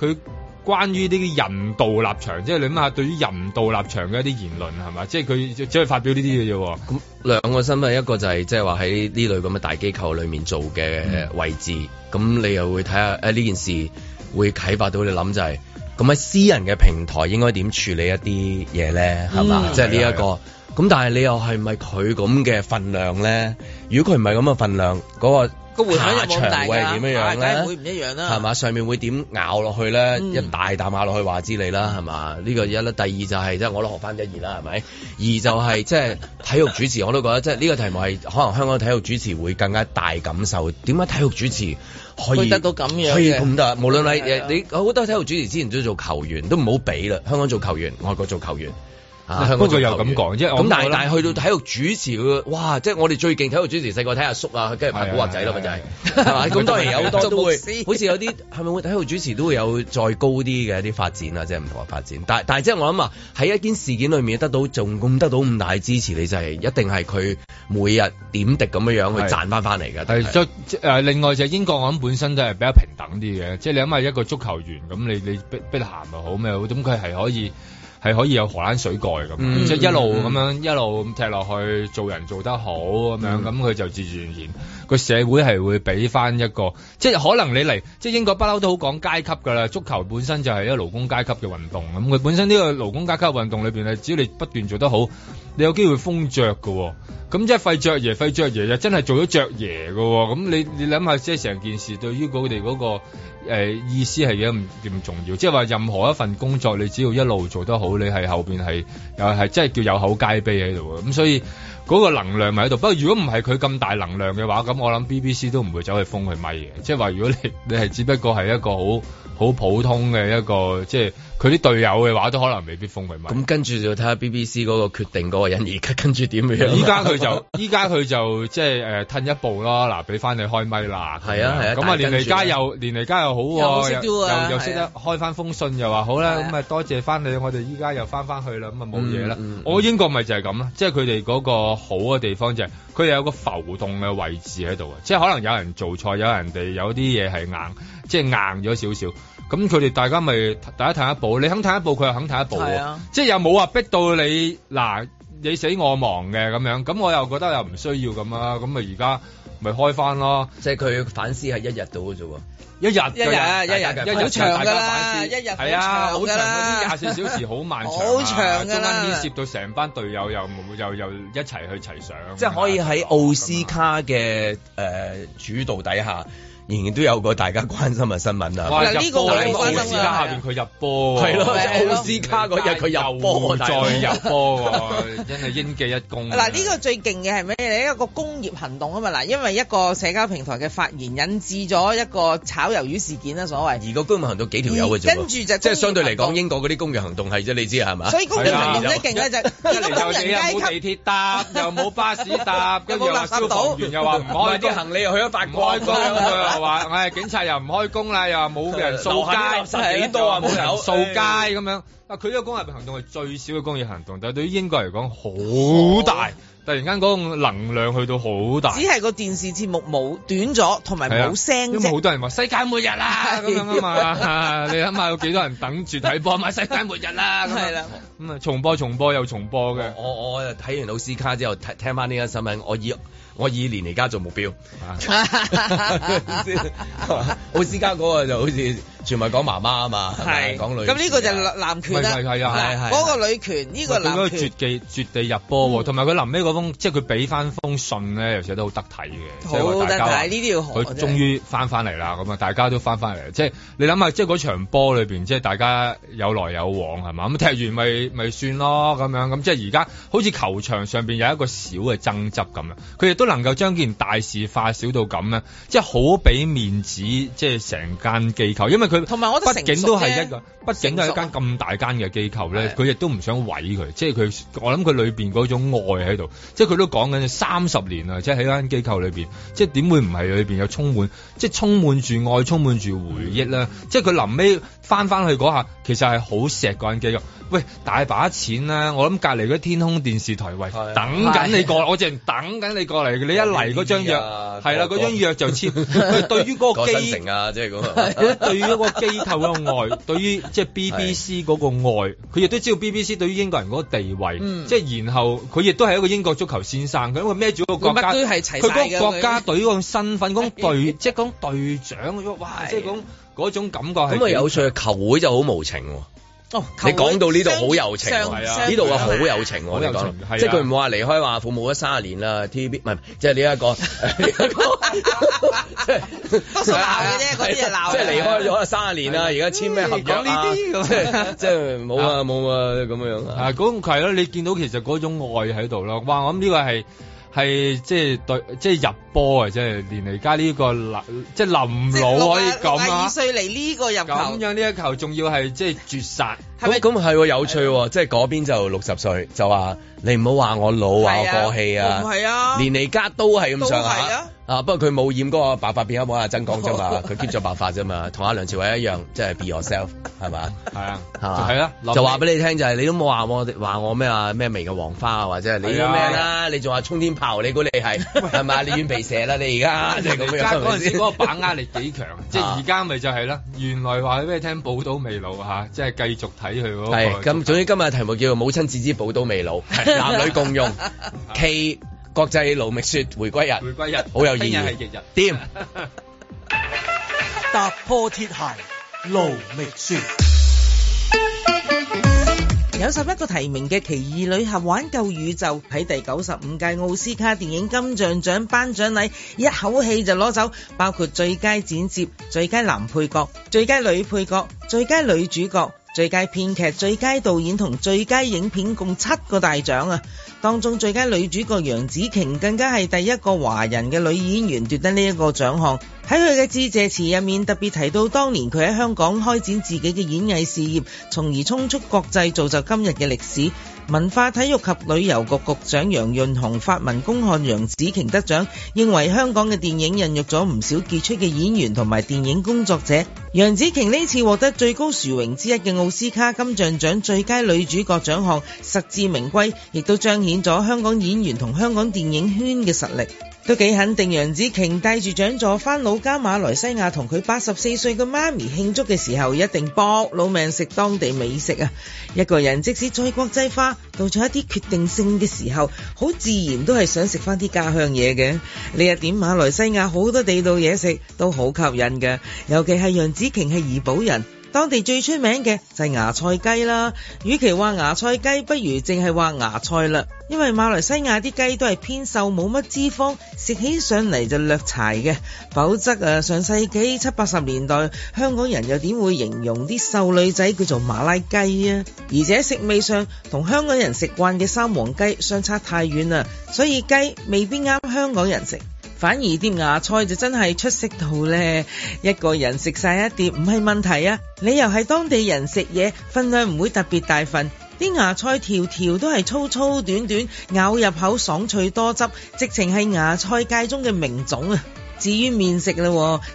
S3: 佢。關於呢啲人道立場，即係你諗下對於人道立場嘅一啲言論係嘛，即係佢只只係發表呢啲嘅啫喎。
S2: 咁兩個身份，一個就係即係話喺呢類咁嘅大機構裏面做嘅位置，咁、你又會睇下誒呢件事會啟發到你諗就係、咁喺私人嘅平台應該點處理一啲嘢咧，係嘛？
S12: 嗯
S2: 即係呢一
S12: 係
S2: 個。咁但係你又係咪佢咁嘅份量咧？如果佢唔係咁嘅份量，嗰、個
S4: 個回響
S2: 下
S4: 又冇咁大
S2: 場會係
S4: 㗎，
S2: 點樣
S4: 啊
S2: 樣
S4: 梗係會
S2: 咧？
S4: 唔一樣啦，嗯
S2: 係？嘛？上面會點咬落去咧？一大啖咬落去話之你啦，係嘛？呢、個一啦，第二就係、即係我都學翻一二啦，係咪？二就係、即係體育主持，我都覺得即係呢個題目係可能香港體育主持會更加大感受。點解體育主持可
S4: 會
S2: 以
S4: 得到咁樣嘅
S2: 可以咁得？無論你
S4: 係啊
S2: 你好多體育主持之前都做球員，都唔好比啦。香港做球員，外國做球員。啊！香
S3: 不
S2: 港
S3: 過
S2: 做
S3: 又
S2: 球員
S3: 咁講即係我
S2: 咁但
S3: 我
S2: 係
S3: 諗
S2: 但係去到體育主持佢，哇！即係我哋最勁體育主持，細個睇阿叔啊，跟住拍古惑仔咯，咪就係
S3: 啊
S2: 係嘛？ 咁當然有好多都會， 好似有啲係咪會體育主持都會有再高啲嘅一啲發展啊，即係唔同嘅發展。但但係即係我諗啊，喺一件事件裏面得到仲咁得到咁大嘅支持，你就係一定係佢每日點滴咁樣樣去
S3: 係
S2: 賺翻翻嚟㗎。
S3: 係，再即誒另外就係英國，我諗本身都係比較平等啲嘅，即係你諗下一個足球員咁，你你碧碧咸又好咩好，咁佢係可以係可以有荷蘭水蓋咁，
S12: 嗯
S3: 即係一路
S12: 嗯嗯
S3: 咁樣一路咁踢落去，做人做得好咁樣，咁佢就自自然然個社會係會俾翻一個，即係可能你嚟，即係英國不嬲都好講階級㗎啦，足球本身就係一個勞工階級嘅運動，咁佢本身呢個勞工階級嘅運動裏邊咧，只要你不斷做得好，你有機會封爵㗎喎。咁即係廢爵爺，廢爵爺又真係做咗爵爺㗎喎。咁你你諗下，即係成件事對於佢哋嗰個、呃、意思係幾咁咁重要？即係話任何一份工作，你只要一路做得好，你係後邊係又係真係叫有口皆碑喺度嘅。咁所以嗰個能量咪喺度。不過如果唔係佢咁大能量嘅話，咁我諗 BBC 都唔會走去封佢咪嘅。即係話如果你 你係只不過係一個好好普通嘅一個，即係佢啲隊友嘅話，都可能未必封佢咪。
S2: 咁跟住就睇下 BBC 嗰個決定嗰個人而家跟住點樣。
S3: 依家佢就依家佢就即係誒褪一步咯，嗱，俾翻你開咪啦。
S2: 係啊係啊
S3: 咁啊，
S2: 但係
S3: 連
S2: 跟
S3: 嚟
S2: 住
S3: 家
S2: 咧
S3: 又連嚟家又好
S2: 又
S3: 喎，
S2: 識
S3: 又
S2: do 啊
S3: 又又識
S2: 係
S3: 得
S2: 啊
S3: 開翻封信又話好啦，咁啊多謝翻你，我哋依家又翻翻去啦，咁啊冇嘢啦
S2: 嗯嗯。
S3: 我英國咪就係咁啦，即係佢哋嗰個好嘅地方就係佢哋有個浮動嘅位置喺度啊，即係可能有人做錯，有人哋有啲嘢係硬，即係硬咗少少。咁佢哋大家咪大家褪一步，你肯褪一步，佢又肯褪一步
S12: 係
S3: 喎
S12: 啊。
S3: 即係又冇話逼到你嗱你死我亡嘅咁樣，咁我又覺得又唔需要咁啊，咁咪而家咪開翻咯。
S2: 即係佢反思係一日到嘅啫喎，
S3: 一日
S4: 一日一日好長㗎啦，一日好
S3: 係啊，
S4: 長
S3: 好
S4: 㗎
S3: 長
S4: 啦，
S3: 嗰啲廿四小時好漫長啊，
S4: 好長㗎啦
S3: 中間牽涉到成班隊友又冇又又一齊去齊上，
S2: 啊即係可以喺奧斯卡嘅誒、呃主導底下，仍然都有個大家關心嘅新聞啊。
S3: 哇！入波
S2: 大
S3: 喺
S2: 家
S3: 奧斯
S4: 啊
S3: 卡下邊佢入波喎，
S2: 係咯
S3: 係
S2: 奧斯卡嗰日佢入波，啊
S3: 再
S2: 大佬
S3: 入波喎，真係應記一功。啊
S4: 嗱，呢個最勁嘅係咩咧？一個工業行動啊嘛！嗱，因為一個社交平台嘅發言引致咗一個炒魷魚事件啦，所謂。
S2: 而個居民行動幾條友嘅啫喎，
S4: 跟住就
S2: 即係相對嚟講，英國嗰啲工業行動係啫，你知啊係嘛？
S4: 所以工業行動
S2: 係
S4: 咧
S2: 啊
S4: 勁咧 就係見到工人
S3: 又啊
S4: 階
S3: 冇
S4: 級
S3: 地鐵搭，又冇巴士搭， 跟住又話消防員又話唔開
S2: 啲
S3: 工，
S2: 行李又去咗法
S3: 唔
S2: 國，
S3: 開工，佢 又 話唉警察又唔開工啦，又話冇人掃
S2: 留下啲垃圾
S3: 街，
S2: 幾多啊
S3: 冇人
S2: 門口
S3: 掃街咁樣。啊，佢呢個工業行動係最少嘅工業行動，但係對於英國嚟講好大，突然間嗰個能量去到好大。
S4: 只係個電視節目冇短咗，同埋
S3: 係啊
S4: 冇聲
S3: 因為
S4: 啫
S3: 好。多人話世界末日 啦咁樣啊嘛， 你諗下有幾多人等住睇波，咪世界末日啦咁樣
S4: 係 啦，
S3: 咁啊重播重播又重播嘅。
S2: 我我睇完奧斯卡之後，聽聽翻呢個新聞，我以我以年而家做目 標。奧斯卡嗰個就好似全民講媽媽啊嘛，係咪講女。
S4: 咁呢個就男權啦，
S3: 係係啊係係
S4: 嗰個女權，呢個
S3: 佢嗰
S4: 男
S3: 絕
S4: 嗯權。
S3: 技絕地入波喎，同埋佢臨尾嗰封，即係佢俾翻封信咧，又寫得好得體嘅，即係話
S4: 好
S3: 大
S4: 得
S3: 家話
S4: 睇呢啲要學啊
S3: 佢終於翻翻嚟啦，咁啊，大家都翻翻嚟，即係你諗下，即係嗰場波裏邊，即係大家有來有往係嘛，咁踢完咪 咪算咯咁樣，咁即係而家好似球場上邊有一個小嘅爭執咁樣，佢亦都能夠將件大事化小到咁咧，即係好俾面子，即係成間機構，因為佢
S4: 同埋我覺得
S3: 畢竟都
S4: 成熟
S3: 係
S4: 啫
S3: 一個，畢竟都係一間
S4: 成熟
S3: 咁大間嘅機構咧，佢亦都唔想毀佢，即係佢我諗佢裏邊嗰種愛喺度，即係佢都講緊三十年啦，即係喺間機構裏邊，即係點會唔係裏邊有充滿，即係充滿住愛，充滿住回憶咧？即係佢臨尾翻翻去嗰下，其實係好錫嗰間機構。喂，大把錢啦！我諗隔離嗰天空電視台，喂，等緊你過，我淨等緊你過嚟，你一嚟嗰張約
S2: 有呢啲啊
S3: 係啦，
S2: 個
S3: 嗰張約就簽。佢對於嗰個
S2: 過
S3: 機
S2: 新城啊，即係咁
S3: 係
S2: 啊。
S3: 對於呃一個機構嘅愛，對於即係 BBC 嗰個愛，佢亦都知道 BBC 對於英國人嗰個地位，
S2: 嗯
S3: 即係然後佢亦都係一個英國足球先生，佢因為孭住嗰個國家，
S4: 佢乜都係齊晒
S3: 佢
S4: 嘅
S3: 嗰個國家
S4: 佢
S3: 隊嗰個身份，講隊即係講隊長，哇！即係講嗰種感覺係
S2: 咁啊有趣，球會就好無情喎。
S4: 哦，
S2: 你講到呢度好有情
S4: 上
S2: 喎，
S4: 上
S2: 呢度啊好有情
S3: 好
S2: 喎，你
S3: 有
S2: 講
S3: 情係啊，
S2: 即係佢唔會話離開話父母咗三十年啦，TVB 唔係即係呢一個呢一個，即
S4: 多數鬧嘅啫嗰啲就鬧嘅
S2: 係離開咗三十年啦，而家簽咩合約
S3: 啊講呢
S2: 啊
S3: 啲咁
S2: 即係即係冇啊冇啊咁樣啊。
S3: 啊，嗰種係咯，你見到其實嗰種愛喺度咯。哇！我諗呢個係係即係對即係入波啊！即係連而家呢個林即係林老可以咁
S4: 廿二
S3: 啊！
S4: 歲嚟呢個入
S3: 咁
S4: 球，
S3: 樣呢一球仲要係即係絕殺，
S2: 咁咁係喎有趣喎，即係嗰邊就六十歲就話你唔好話我老話
S4: 係啊
S2: 我過氣啊，
S4: 唔係啊
S2: 連尼加都係咁上
S4: 都係啊
S2: 下啊，不過佢冇染嗰個白髮變黑冇阿啊曾講啫
S3: 哦
S2: 嘛，佢 keep 咗白髮啫嘛，同阿梁朝偉一樣，即係 be yourself 係嘛？
S3: 係啊，
S2: 係嘛？
S3: 係啊
S2: 就話俾你聽就係你都冇話我話我咩啊咩眉嘅黃花啊，或者係你
S3: 係
S2: 都
S3: 啊
S2: 咩啦？你仲話沖天炮，你估你 係係嘛？你軟皮蛇啦你而家即係咁
S3: 而
S2: 樣
S3: 家
S2: 係
S3: 嗰
S2: 咪
S3: 陣時
S2: 先。
S3: 嗰個把握力幾 強，即係
S2: 啊
S3: 而家咪就係啦。原來話俾你聽，寶島未老嚇，即係繼續睇佢嗰個。
S2: 係咁，總之今日嘅題目叫做《母親自知寶刀未 老》，男女共用暨國際勞力雪回歸日，
S3: 回歸日
S2: 好有意
S3: 聽日係
S2: 義
S3: 日日。
S2: 掂，
S12: 踏破鐵鞋路未雪。
S4: 有十一個提名嘅《奇異女俠玩救宇宙》喺第九十五屆奧斯卡電影金像獎頒獎禮一口氣就攞走，包括最佳剪接、最佳男配角、最佳女配角、最佳女主角。最佳編劇、最佳導演同最佳影片共七個大獎啊！當中最佳女主角楊紫瓊更加係第一個華人嘅女演員奪得呢一個獎項。喺佢嘅致謝詞入面特別提到，當年佢喺香港開展自己嘅演藝事業，從而衝出國際，造就今日嘅歷史。文化體育及旅遊局局長楊潤雄發文公漢楊紫瓊得獎，認為香港嘅電影孕育咗唔少傑出嘅演員同埋電影工作者。楊紫瓊呢次獲得最高殊榮之一嘅奧斯卡金像獎最佳女主角獎項，實至名歸，亦都彰顯咗香港演員同香港電影圈嘅實力。都幾肯定楊紫瓊帶住獎座返老家馬來西亞同佢八十四歲嘅媽咪慶祝嘅時候，一定搏老命食當地美食啊！一個人即使再國際化，到咗一啲決定性嘅時候，好自然都係想食翻啲家鄉嘢嘅。呢一點馬來西亞好多地道嘢食都好吸引嘅，尤其係楊紫瓊係怡保人。當地最出名嘅就係芽菜雞啦。與其話芽菜雞，不如淨係話芽菜啦，因為馬來西亞啲雞都係偏瘦，冇乜脂肪，食起上嚟就略柴嘅。否則啊，上世紀七八十年代香港人又點會形容啲瘦女仔叫做馬拉雞啊？而且食味上同香港人食慣嘅三黃雞相差太遠啦，所以雞未必啱香港人食。反而啲芽菜就真係出色到呢，一個人食晒一碟唔係問題啊！你又係當地人食嘢，份量唔會特別大份。啲芽菜條條都係粗粗短短，咬入口爽脆多汁，直情係芽菜界中嘅名種啊！至於面食嘞，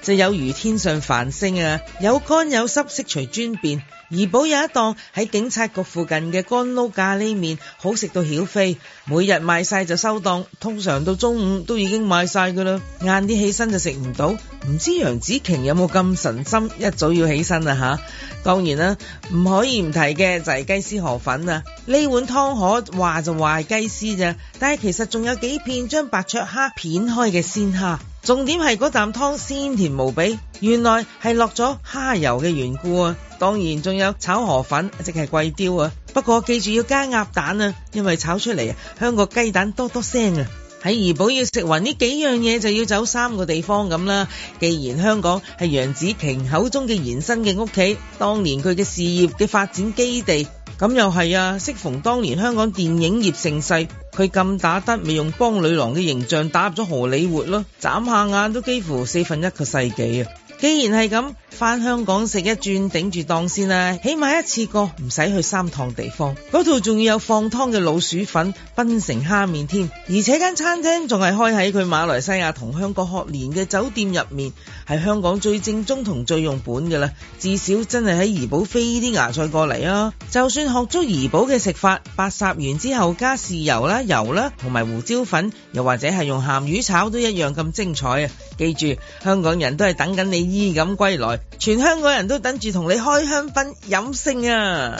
S4: 就有如天上繁星啊，有乾有濕，悉隨尊便。怡寶有一檔喺警察局附近嘅乾撈咖喱麵，好食到曉飛，每日賣晒就收檔，通常到中午都已經賣晒㗎啦。晏啲起身就食唔到，唔知楊紫瓊有冇咁神心，一早要起身啊吓，當然啦，唔可以唔提嘅就係雞絲河粉啊，呢碗湯河話就話係雞絲咋，但係其實仲有幾片將白灼蝦片開嘅鮮蝦。重點係嗰啖湯鮮甜無比，原來係落咗蝦油嘅緣故啊！當然仲有炒河粉，即係貴雕啊！不過記住要加鴨蛋啊，因為炒出嚟啊香過雞蛋多多聲啊！喺怡寶要食勻呢幾樣嘢，就要走三個地方咁啦。既然香港係楊紫瓊口中嘅延伸嘅屋企，當年佢嘅事業嘅發展基地，咁又係啊！適逢當年香港電影業盛世，佢咁打得咪用邦女郎嘅形象打入咗荷里活咯，眨下眼都幾乎四分一個世紀啊！既然係咁，返香港食一轉頂住檔先啦，起碼一次過唔使去三趟地方。嗰度仲要有放湯嘅老鼠粉、檳城蝦麵添，而且間餐廳仲係開喺佢馬來西亞同香港學聯嘅酒店入面，係香港最正宗同最用本㗎啦。至少真係喺怡寶飛啲芽菜過嚟啊！就算學足怡寶嘅食法，白烚完之後加豉油啦、油啦同埋胡椒粉，又或者係用鹹魚炒都一樣咁精彩啊！記住，香港人都係等緊你。衣錦歸來，全香港人都等住同你開香檳飲勝啊！